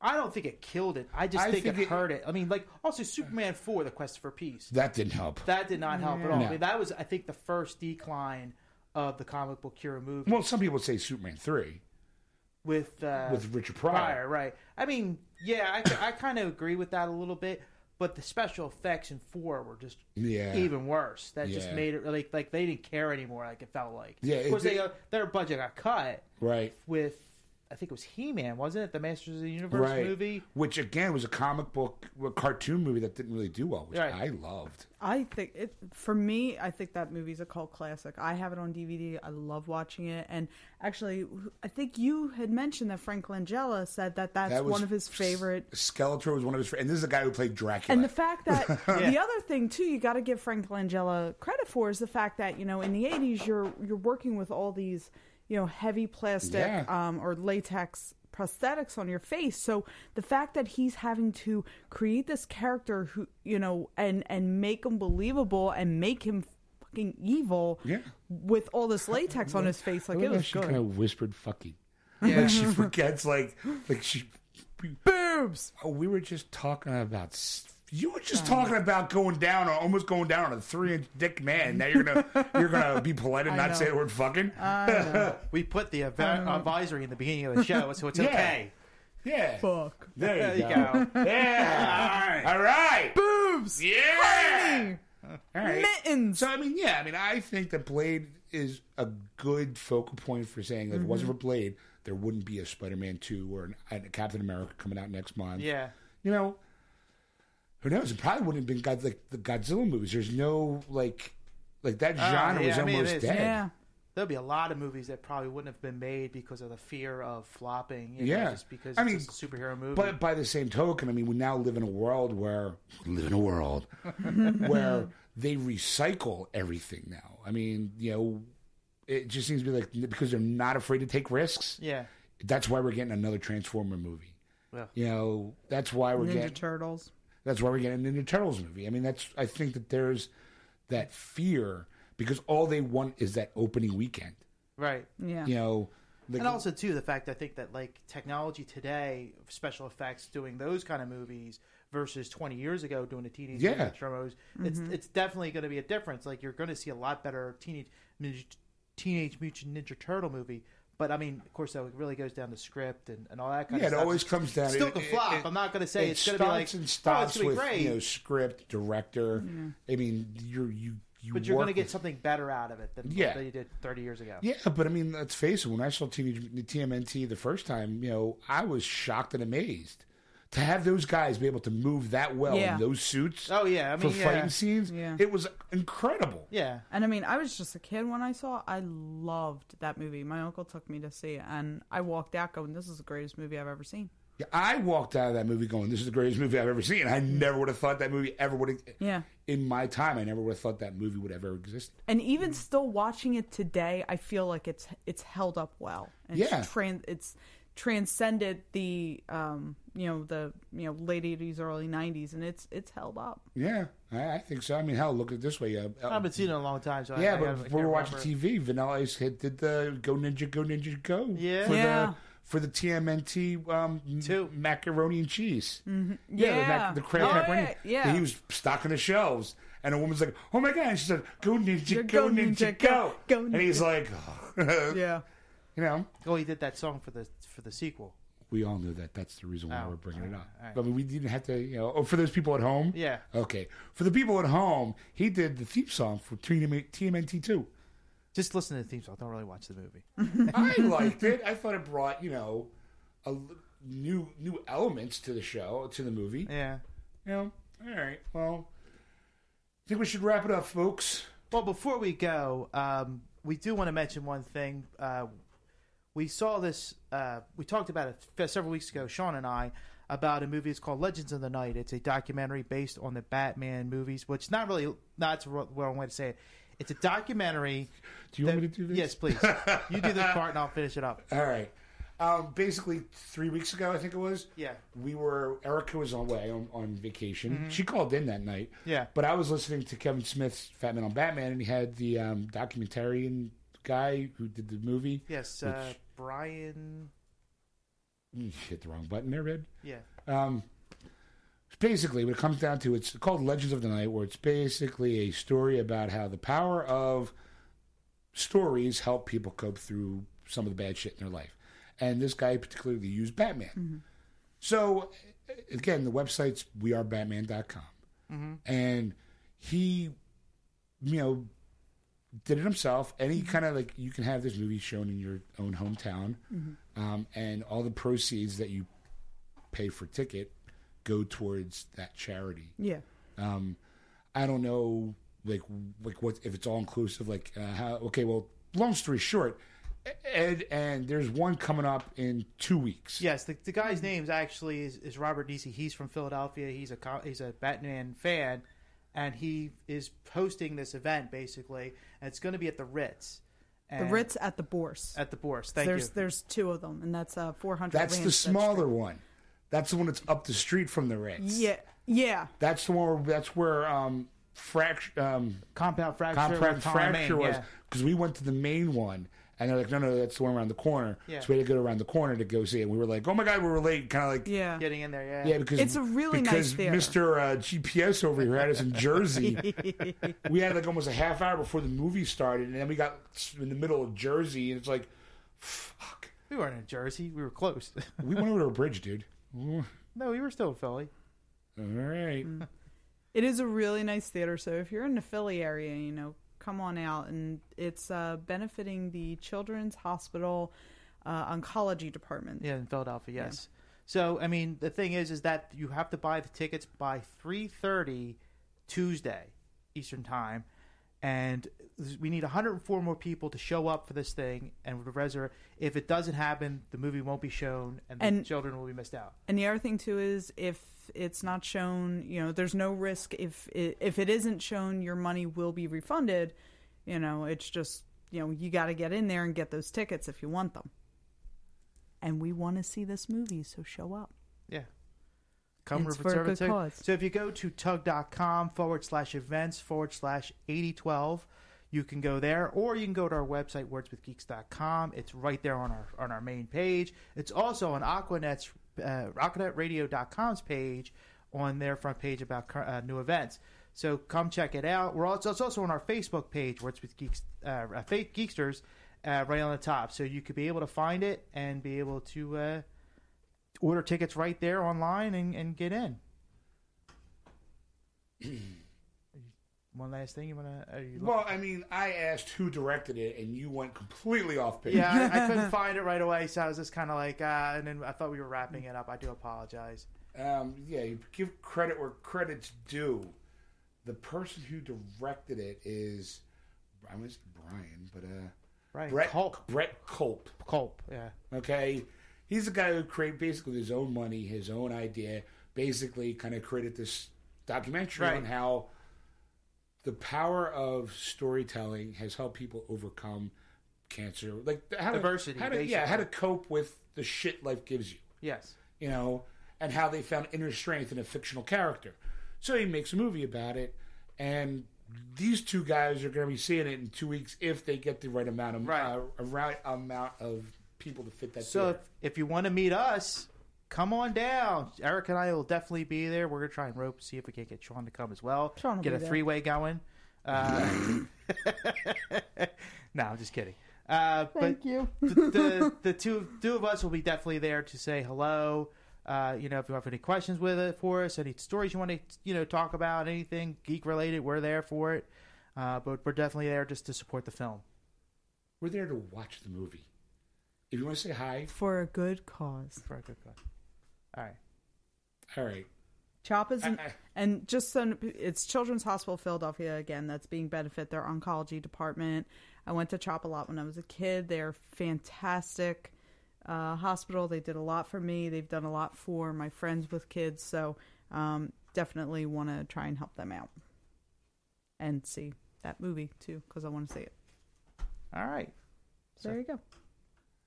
I don't think it killed it. I just I think, think it, it- hurt it. I mean, like also Superman Four: The Quest for Peace. That didn't help. That did not help at all. No. I mean, that was, I think, the first decline of the comic book hero movie well, some people say Superman 3 with uh, with Richard Pryor. right? I mean, yeah, I, I kind of agree with that a little bit, but the special effects in four were just Yeah. even worse. That just Yeah. made it like like they didn't care anymore. Like it felt like Yeah, Of course, it- they, uh, their budget got cut Right. with I think it was He Man, wasn't it? The Masters of the Universe Right. movie. Which, again, was a comic book, a cartoon movie that didn't really do well, which Right. I loved. I think it for me. I think that movie's a cult classic. I have it on DVD. I love watching it. And actually, I think you had mentioned that Frank Langella said that that's That was one of his favorite. Skeletor was one of his, fa- and this is a guy who played Dracula. And the fact that the other thing too, you got to give Frank Langella credit for is the fact that you know in the '80s you're you're working with all these you know heavy plastic Yeah. um, or latex prosthetics on your face. So the fact that he's having to create this character who you know and and make him believable and make him fucking evil Yeah. with all this latex on his face, like I it love how was she good. kind of whispered fucking. Yeah. Like she forgets, like, like she. Boobs. Oh, we were just talking about. s- You were just talking about going down, or almost going down on a three-inch dick man. Now you're gonna you're gonna be polite and I not say know. the word fucking. We put the av- advisory in the beginning of the show, so it's Uh-huh. Yeah. okay. yeah, Fuck. there There you you go. go. Yeah, all right, Boobs. yeah, all right. Mittens. So I mean, yeah, I mean, I think that Blade is a good focal point for saying that if it wasn't for Mm-hmm. Blade, there wouldn't be a Spider-Man two or an, a Captain America coming out next month. Yeah. you know, who knows? It probably wouldn't have been God, like the Godzilla movies. There's no like Like that genre Oh, yeah, was I mean, it almost is. dead. Yeah. There'll be a lot of movies that probably wouldn't have been made because of the fear of flopping. you know, Yeah. just because I it's mean, just a superhero movie. But by the same token, I mean, we now live in a world where we live in a world where they recycle everything now. I mean, you know, it just seems to be like because they're not afraid to take risks. yeah, That's why we're getting another Transformer movie. Yeah. You know, that's why we're Ninja getting Turtles. that's why we're getting a Ninja Turtles movie. I mean, that's I think that there's that fear because all they want is that opening weekend. right. Yeah. You know, like, and also too the fact I think that like technology today, special effects doing those kind of movies versus 20 years ago doing the teenage Yeah. Mutant Ninja Turtles, it's it's definitely going to be a difference. Like you're going to see a lot better teenage Ninja- teenage mutant ninja turtle movie. But I mean, of course, that really goes down to script and, and all that kind yeah, of it stuff. always comes down. Still it- can it- flop. it- I'm not going to say it it's going to be like starts and oh, it's stops going to be with great. you know script director. I mean, you're you you. but you're work going to get with- something better out of it than Yeah. what you did 30 years ago. Yeah, but I mean, let's face it. When I saw Teenage Mutant- TMNT the first time, you know, I was shocked and amazed to have those guys be able to move that well Yeah. in those suits. Oh yeah, I mean, for yeah. fighting scenes, Yeah. it was incredible. yeah. And I mean, I was just a kid when I saw. it. I loved that movie. My uncle took me to see, it, and I walked out going, "This is the greatest movie I've ever seen." Yeah, I walked out of that movie going, "This is the greatest movie I've ever seen." I never would have thought that movie ever would have. Yeah. In my time, I never would have thought that movie would ever exist. And even still watching it today, I feel like it's it's held up well. And Yeah. It's, tran- it's transcended the um you know the you know late 80s early 90s and it's it's held up Yeah, I, I think so. I mean, hell, look at it this way. Uh, I haven't seen it in a long time, so I- yeah, I, but gotta- I we can't were watching remember. TV. Vanilla Ice hit, did the Go Ninja, Go Ninja, Go. Yeah. For Yeah. The, for the TMNT um, m- Two. macaroni and cheese. Mm-hmm. the, Yeah. mac- the crab Oh, macaroni. yeah, yeah. He was stocking the shelves. And a woman's like, oh my God. And she said, Go Ninja, You're go, Go Ninja, Ninja, go. go, go And he's Ninja. like, yeah you know. Oh, he did that song for the for the sequel. We all knew that. That's the reason why Oh, we're bringing it up. alright. But we didn't have to, you know. Oh, for those people at home? Yeah. Okay. For the people at home, he did the theme song for TM- TMNT 2. Just listen to the theme song. Don't really watch the movie. I liked it. I thought it brought you know a l- new new elements to the show to the movie. Yeah. You know, all right. Well, I think we should wrap it up, folks. Well, before we go, um, we do want to mention one thing. Uh, we saw this. Uh, we talked about it f- several weeks ago, Sean and I, about a movie. It's called Legends of the Night. It's a documentary based on the Batman movies, which not really. That's the wr- wrong way to say it. It's a documentary. Do you want me to do this? Yes, please. You do this part, and I'll finish it up. All right. Um, basically, three weeks ago, I think it was. Yeah. Mm-hmm. We were Erica was away on, on vacation. She called in that night. Yeah. But I was listening to Kevin Smith's Fat Man on Batman, and he had the um, documentarian guy who did the movie. Yes, Which- uh, Brian. Mm, Hit the wrong button there, Red. Yeah. Um, basically, what it comes down to, it's called Legends of the Night, where it's basically a story about how the power of stories help people cope through some of the bad shit in their life. And this guy particularly used Batman. So, a- again, the website's wearebatman.com. And he, you know, did it himself. And he kind of like, you can have this movie shown in your own hometown. Um, and all the proceeds that you pay for ticket go towards that charity. yeah Um, I don't know, like like what if it's all inclusive? Like uh, how? Okay, well, long story short, Ed and there's one coming up in two weeks. Yes, the, the guy's name is actually is, is Robert Deasy. He's from Philadelphia. He's a co- he's a Batman fan, and he is hosting this event basically, and it's going to be at the Ritz. the And ritz at the bourse at the Bourse. Thank there's you. there's two of them and that's uh 400 that's the Lansdowne Street. smaller one. That's the one that's up the street from the Ritz. yeah yeah that's the one. Where, that's where um, fract- um, compound fracture. compact with Tom fracture Maine, was yeah. because we went to the main one and they're like, no, no, that's the one around the corner. Yeah. So we had to go around the corner to go see it. we were like, oh my god, we were late. Kind of like yeah getting in there. Yeah. Yeah, because It's a really because nice theater. Mr. Uh, GPS over here had us in Jersey. we had like almost a half hour before the movie started, and then we got in the middle of Jersey, and it's like, fuck, we weren't in Jersey. We were close. we went over to a bridge, dude. All no, we were still in Philly. right, It is a really nice theater. So if you're in the Philly area, you know, come on out. And it's uh, benefiting the Children's Hospital uh, Oncology Department. Yeah, in Philadelphia. Yes. So I mean, the thing is, is that you have to buy the tickets by three thirty Tuesday Eastern time, and we need 104 more people to show up for this thing and to resurrect. If it doesn't happen, the movie won't be shown, and the And- children will be missed out. And the other thing too is if it's not shown, you know, there's no risk if it, if it isn't shown, your money will be refunded. You know, it's just you know you got to get in there and get those tickets if you want them. And we want to see this movie, so show up. Yeah. Come It's River for a good Service. cause. So if you go to tug.com forward slash events forward slash 8012, you can go there or you can go to our website, wordswithgeeks.com. It's right there on our on our main page. It's also on Aquanet's uh, AquanetRadio.com's page on their front page about cur- uh, new events. So come check it out. We're also, it's also on our Facebook page, Words with Geeks, uh, uh, Fake Geeksters, uh, right on the top. So you could be able to find it and be able to uh, order tickets right there online and, and get in. One last thing you want to? You Well, I mean, I asked who directed it, and you went completely off page. yeah, I, I couldn't find it right away, so I was just kind of like, uh, and then I thought we were wrapping it up. I do apologize. um, yeah. You give credit where credit's due. The person who directed it is, I was Brian, but uh, Right, Brett Culp, Brett Culp. Culp, yeah, Okay, he's the guy who created basically his own money, his own idea. Basically, kind of created this documentary Right. on how the power of storytelling has helped people overcome cancer, like how Adversity, to, how to yeah, how to cope with the shit life gives you yes, you know, and how they found inner strength in a fictional character. So he makes a movie about it, and these two guys are going to be seeing it in two weeks if they get the right amount of Right. uh, a right amount of people to fit that. So if, theater. if you want to meet us, come on down. Eric and I will definitely be there. We're gonna try and rope, see if we can get Sean to come as well. Sean will get be a there. three way going. Uh, no, I'm just kidding. Uh, Thank but you. the, the the two two of us will be definitely there to say hello. Uh, you know, if you have any questions with it for us, any stories you want to you know talk about, anything geek related, we're there for it. Uh, but we're definitely there just to support the film. we're there to watch the movie. If you want to say hi, For a good cause. For a good cause. All right. all right. CHOP is, an, I- I- and just so it's Children's Hospital Philadelphia again that's being benefit their oncology department. I went to CHOP a lot when I was a kid. They're fantastic uh, hospital. They did a lot for me. They've done a lot for my friends with kids. So um, definitely want to try and help them out and see that movie too because I want to see it. All right. So there you go.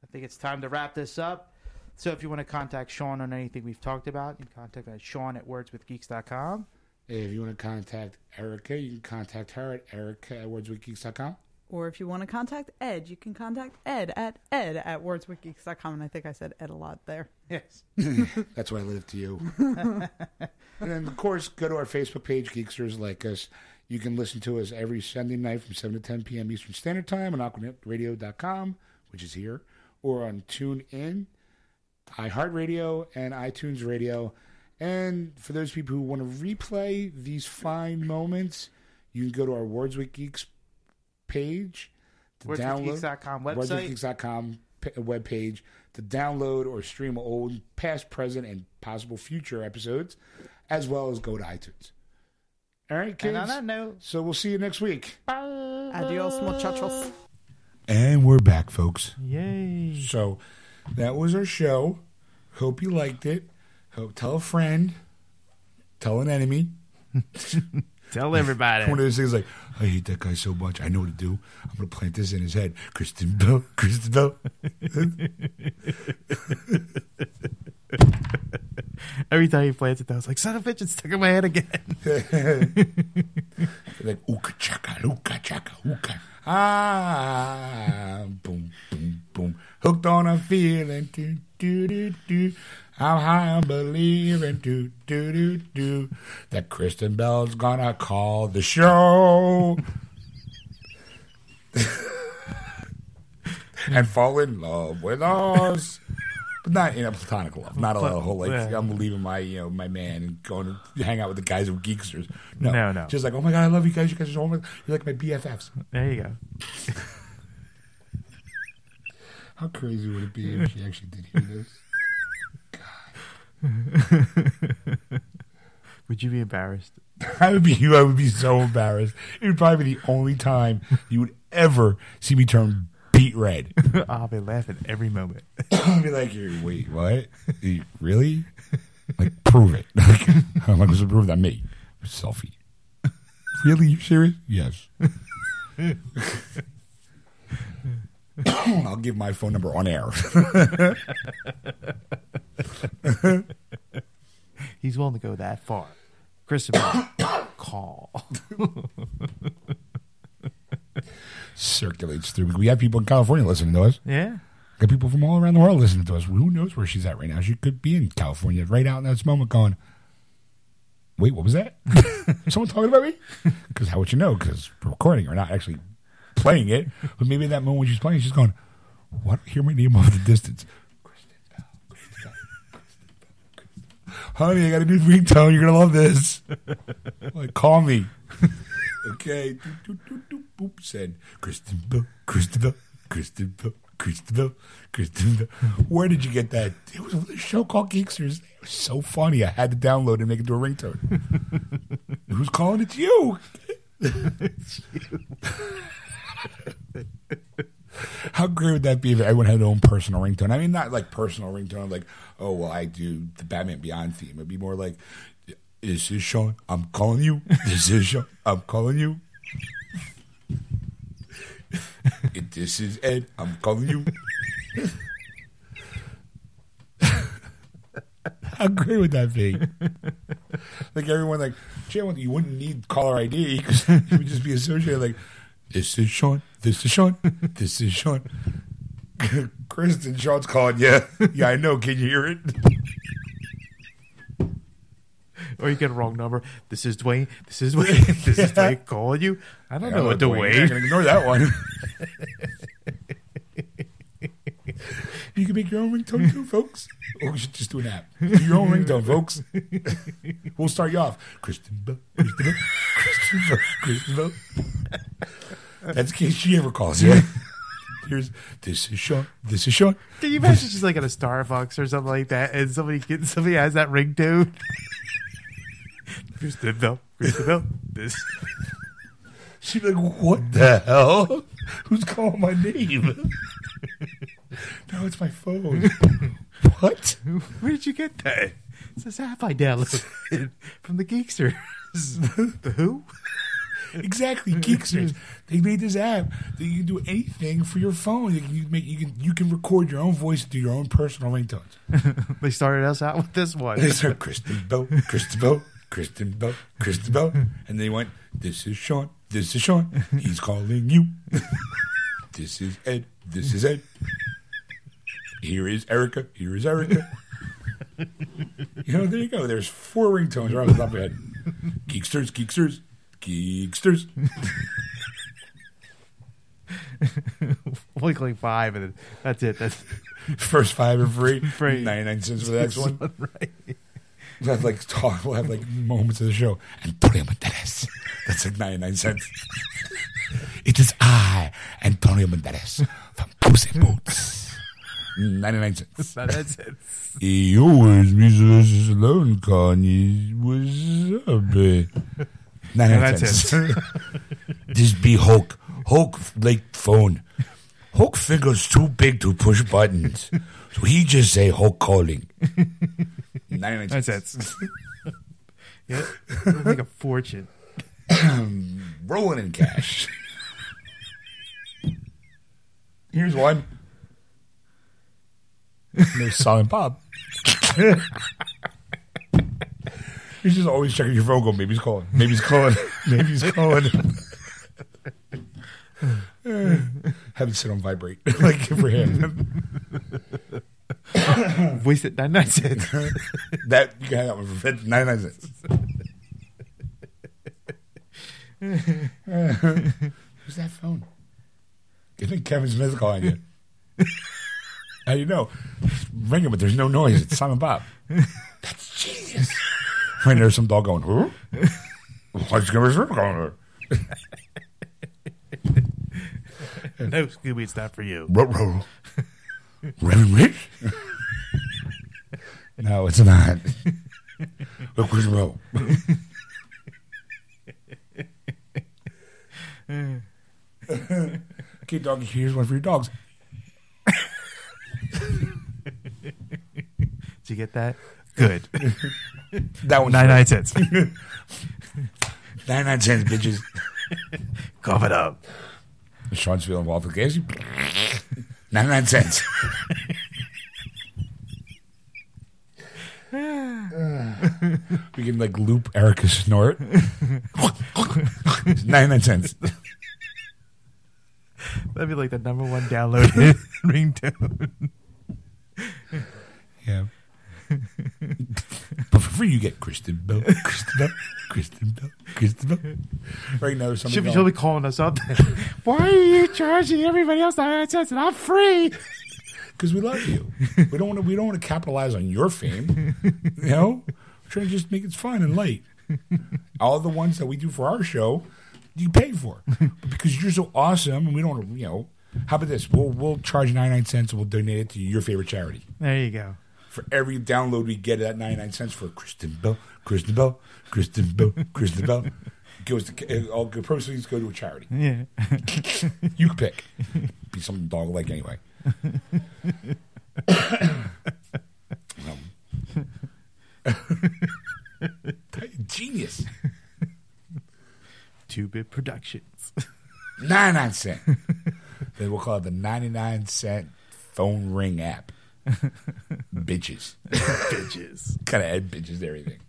I think it's time to wrap this up. So if you want to contact Sean on anything we've talked about, you can contact him at Sean at wordswithgeeks.com. If you want to contact Erica, you can contact her at erica at wordswithgeeks.com. Or if you want to contact Ed, you can contact Ed at ed at wordswithgeeks.com. And I think I said Ed a lot there. Yes. That's why I live to you. and then, of course, go to our Facebook page, Geeksters Like Us. You can listen to us every Sunday night from 7 to 10 p.m. Eastern Standard Time on AquanetRadio.com, which is here, or on TuneIn, iHeartRadio, and iTunes Radio. And for those people who want to replay these fine moments, you can go to our Words with Geeks page to download Wordswithgeeks.com website. WordPressGeeks.com p- webpage to download or stream old, past, present, and possible future episodes, as well as go to iTunes. All right, kids. And on that note, so we'll see you next week. Adios, muchachos. And we're back, folks. Yay. Mm. So that was our show. Hope you liked it. Hope tell a friend, tell an enemy. Tell everybody. One of those things like, I hate that guy so much. I know what to do. I'm going to plant this in his head. Kristen Bell, Kristen Bell. Every time he plants it, I was like, son of a bitch, it's stuck in my head again. like ooka chaka, ooka chaka, ooka. Ah, boom, boom, boom. Hooked on a feeling, do, do, do, do. I'm high on believing, do, do, do, do. That Kristen Bell's gonna call the show. and fall in love with us. But not in a platonic love, not a whole like Yeah. I'm leaving my you know my man and going to hang out with the guys of geeksters. No, No, no. Just like, oh my god, I love you guys. You guys are so much. You're like my BFFs. There you go. How crazy would it be if she actually did hear this? Would you be embarrassed? I would be I would be so embarrassed. It would probably be the only time you would ever see me turn beat red. I'll be laughing every moment. I'd be like, "You- wait, what? You- really? Like, prove it. Like, I'm like, what's to prove that me? Selfie. Really? You serious? Yes. I'll give my phone number on air. He's willing to go that far. Christopher, call. Circulates through. We have people in California listening to us. Yeah. We got people from all around the world listening to us. Who knows where she's at right now? She could be in California right out in this moment going, wait, what was that? Someone talking about me? Because how would you know? Because we're recording or not actually playing it. But maybe in that moment when she's playing, she's going, what? Hear my name off the distance. Kristen Bell, Kristen Bell, Kristen Bell, Kristen Bell. Honey, I got a new ringtone. You're going to love this. like, call me. okay. Doop, doop, doop, doop, boop. Said, Kristen Bell, Kristen Bell, Kristen Bell, Kristen Bell, Kristen Bell. Where did you get that? It was a show called Geeksters. It was so funny. I had to download it and make it to a ringtone. Who's calling? It's you. How great would that be if everyone had their own personal ringtone? I mean, not like personal ringtone, like, oh, well, I do the Batman Beyond theme. It'd be more like, this is Sean, I'm calling you. This is Sean, I'm calling you. If this is Ed, I'm calling you. How great would that be? Like everyone, like, Jay, you wouldn't need caller ID because you would just be associated, like, this is Sean, this is Sean, this is Sean. Kristen, Sean's calling you. Yeah, I know. Can you hear it? Or you get a wrong number. This is Dwayne. This is Dwayne. This is Dwayne calling you. I don't know what to You're not wait. gonna ignore that one. you can make your own ringtone too, folks. Or we should just do an app. Do your own ringtone, folks. we'll start you off. Kristen Bell, Kristen Bell, Kristen Bell, Kristen Bell. That's in case she ever calls you. Here's this is Sean. This is Sean. Can you imagine she's like at a Starbucks or something like that, and somebody gets somebody has that ringtone? Kristen Bell, Kristen Bell, this She'd be like, "What the hell? Who's calling my name?" no, it's my phone. what? Where did you get that? It's this app I downloaded from the Geeksters. the who? Exactly, Geeksters. They made this app that you can do anything for your phone. You can you make you can you can record your own voice and do your own personal ringtones. They started us out with this They one. started Kristen Bell, Kristen Bell, Kristen Bell, Kristen Bell, and they went, "This is Sean. This is Sean. He's calling you. this is Ed. This is Ed. Here is Erica. Here is Erica." you know, there you go. There's four ringtones right off the top of my head. Geeksters, Geeksters, Geeksters. Only like five, and then that's it. That's First five are free. Free. Ninety nine cents for the next one. right. We'll have like talk. We'll have like moments of the show. Antonio Banderas. That's like ninety nine cents. it is I, Antonio Banderas from Puss in Boots. Ninety nine cents. So that's it. He always leaves us alone, Kanye. What's up, babe? Ninety nine that's cents. this be Hulk. Hulk like phone. Hulk fingers too big to push buttons, so he just say Hulk calling. Ninety nine That's cents. it. yeah, it'll make a fortune. rolling in cash. Here's one. No silent Bob. He's just always checking your phone, going, maybe he's calling, maybe he's calling, maybe he's calling. Have it sit on vibrate, like for him. Wasted nine nine cents. That you can have that one for 99 cents. Who's that phone? You think Kevin Smith's calling you? How do you know? Ring him, but there's no noise. It's Simon Bob. That's genius. When there's some dog going, who? Why's Kevin Smith calling her? No, Scooby, it's not for you. Ruh, ruh, ruh. Raven Rich? no, it's not. Look, where's Ro? okay, doggy, here's one for your dogs. Did you get that? Good. That one's Nine for- nine cents. nine, nine cents, bitches. Cough it up. Sean's feeling waffle gassy. nine, nine cents. we can like loop Erica snort. nine, nine cents. That'd be like the number one downloaded ringtone. Yeah. but for free, you get Kristen Bell, Kristen Bell, Kristen Bell, Kristen Bell. Right now, there's She'll something. be, she'll be calling us up. Why are you charging everybody else nine cents and I'm free? because we love you. We don't want to. We don't want to capitalize on your fame. You know, we're trying to just make it fun and light. All the ones that we do for our show, you pay for But because you're so awesome, and we don't. want to, You know, how about this? We'll we'll charge ninety nine cents and we'll donate it to your favorite charity. There you go. For every download we get at 99 cents for Kristen Bell, Kristen Bell, Kristen Bell, Kristen Bell, goes to all the proceeds go to a charity. Yeah. You pick. Be something dog like anyway. Um, Genius. Two Bit Productions. 99 cent. Then we'll call it the 99 cent phone ring app. bitches. Bitches. Gotta add bitches to everything.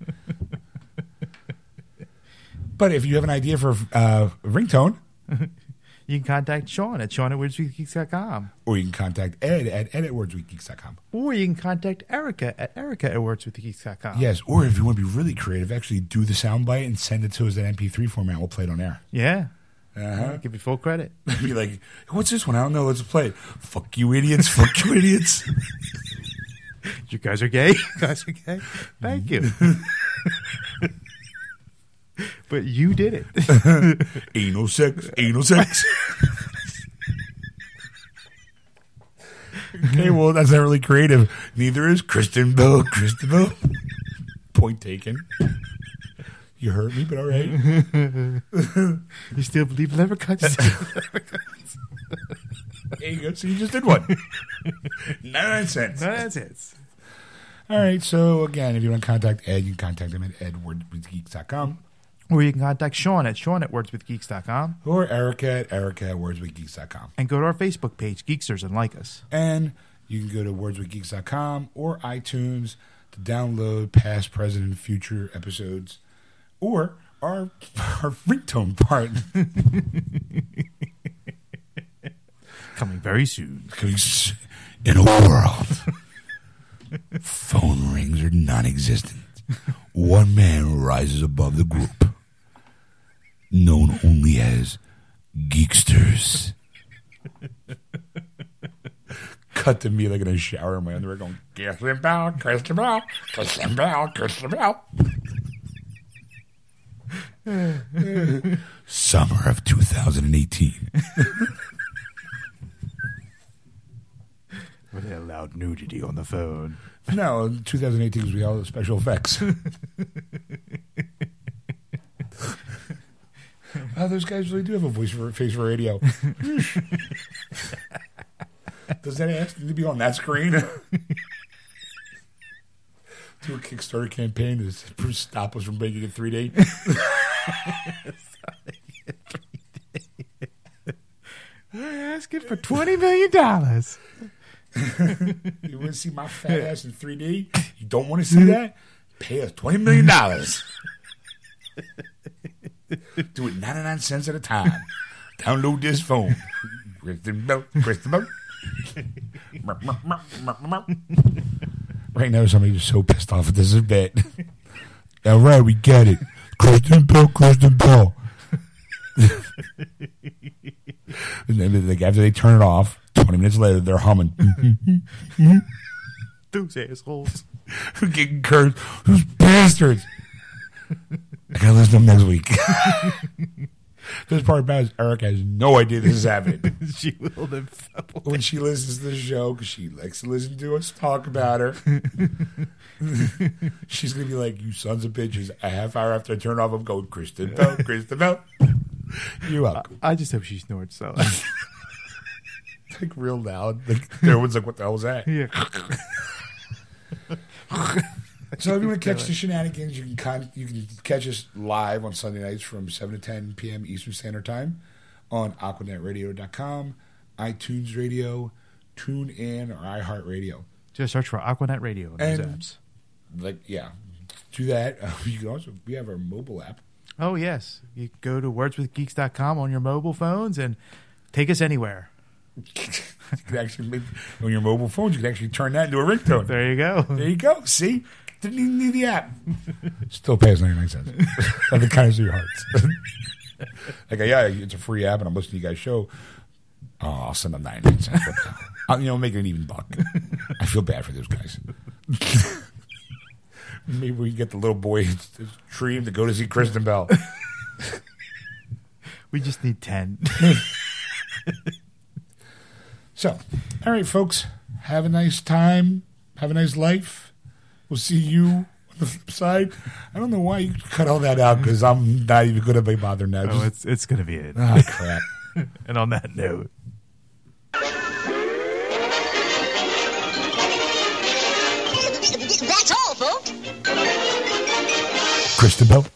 but if you have an idea for uh, ringtone, You can contact Sean at Sean at wordswithgeeks.com. or you can contact Ed at ed at wordsweekgeeks.com. Or you can contact Erica at Erica at wordswithgeeks.com. Yes, or if you want to be really creative, actually do the soundbite and send it to us in MP3 format. We'll play it on air. Yeah. Uh-huh. Give you full credit. be like, what's this one? I don't know. Let's play it. Fuck you, idiots. Fuck you, idiots. You guys are gay. You guys are gay. Thank you. but you did it. anal sex. Anal sex. okay, well, that's not really creative. Neither is Kristen Bell. Kristen Bell. Point taken. You hurt me, but all right. You still believe in leprechauns? There you go. So you just did one. Nonsense. Nonsense. All right. So again, if you want to contact Ed, you can contact him at edwardwithgeeks.com Or you can contact Sean at Sean at wordswithgeeks.com or Erica at erica at wordswithgeeks.com. and go to our Facebook page, Geeksters, and like us. And you can go to wordswithgeeks.com or iTunes to download past, present, and future episodes or our our ringtone part Coming very soon. coming s- in a world. Phone rings are non existent. One man rises above the group, known only as Geeksters. Cut to me like in a shower in my underwear going, Kristen Bell, Kristen Bell, Kristen Bell, Kristen Bell. Summer of 2018. Where they allowed nudity on the phone. No, in 2018 because we had all the special effects. wow, Oh, those guys really do have a voice for face for radio. Does that ask need to be on that screen? Do a Kickstarter campaign to stop us from making it 3D. We're asking for $20 million. You want to see my fat ass in 3D? You don't want to see that? Pay us $20 million. Do it 99 cents at a time. Download this phone. Kristen Bell, Kristen Bell. Right now, somebody was so pissed off at this bit. All right, we get it. Kristen Bell, Kristen Bell. and then, like, after they turn it off, 20 minutes later, they're humming. Those assholes. who getting cursed. Those bastards. I gotta listen to them next week. This part about is Eric has no idea this is happening. she willed him. foul. when she listens to the show, because she likes to listen to us talk about her, she's gonna be like, "You sons of bitches!" A half hour after I turn off, I'm going, "Kristen Bell, Kristen Bell." You're welcome. I just hope she snorts. So Like real loud. Like everyone's like, "What the hell was that?" yeah, So if you want to catch the shenanigans, you can con- you can catch us live on Sunday nights from seven to ten p.m. Eastern Standard Time on AquanetRadio.com, iTunes Radio, TuneIn, or iHeartRadio. just search for Aquanet Radio in those And- apps. Like yeah, do that. you can also we have our mobile app. Oh yes, you go to wordswithgeeks.com on your mobile phones and take us anywhere. you can actually make on your mobile phone. You can actually turn that into a ringtone. There, There you go. you go. See, didn't even need the app. Still pays ninety nine cents. Out of the kindness of your hearts. like yeah, it's a free app, and I'm listening to you guys' show. Oh, I'll send them ninety nine cents. I'll, you know, make it an even buck. I feel bad for those guys. Maybe we can get the little boy dream to go to see Kristen Bell. We just need ten. So, all right, folks, have a nice time. Have a nice life. We'll see you on the flip side. I don't know why you cut all that out because I'm not even going to be bothered now. Oh, Just, it's it's gonna be it. ah, crap. And on that note. That's all, folks. Christabel.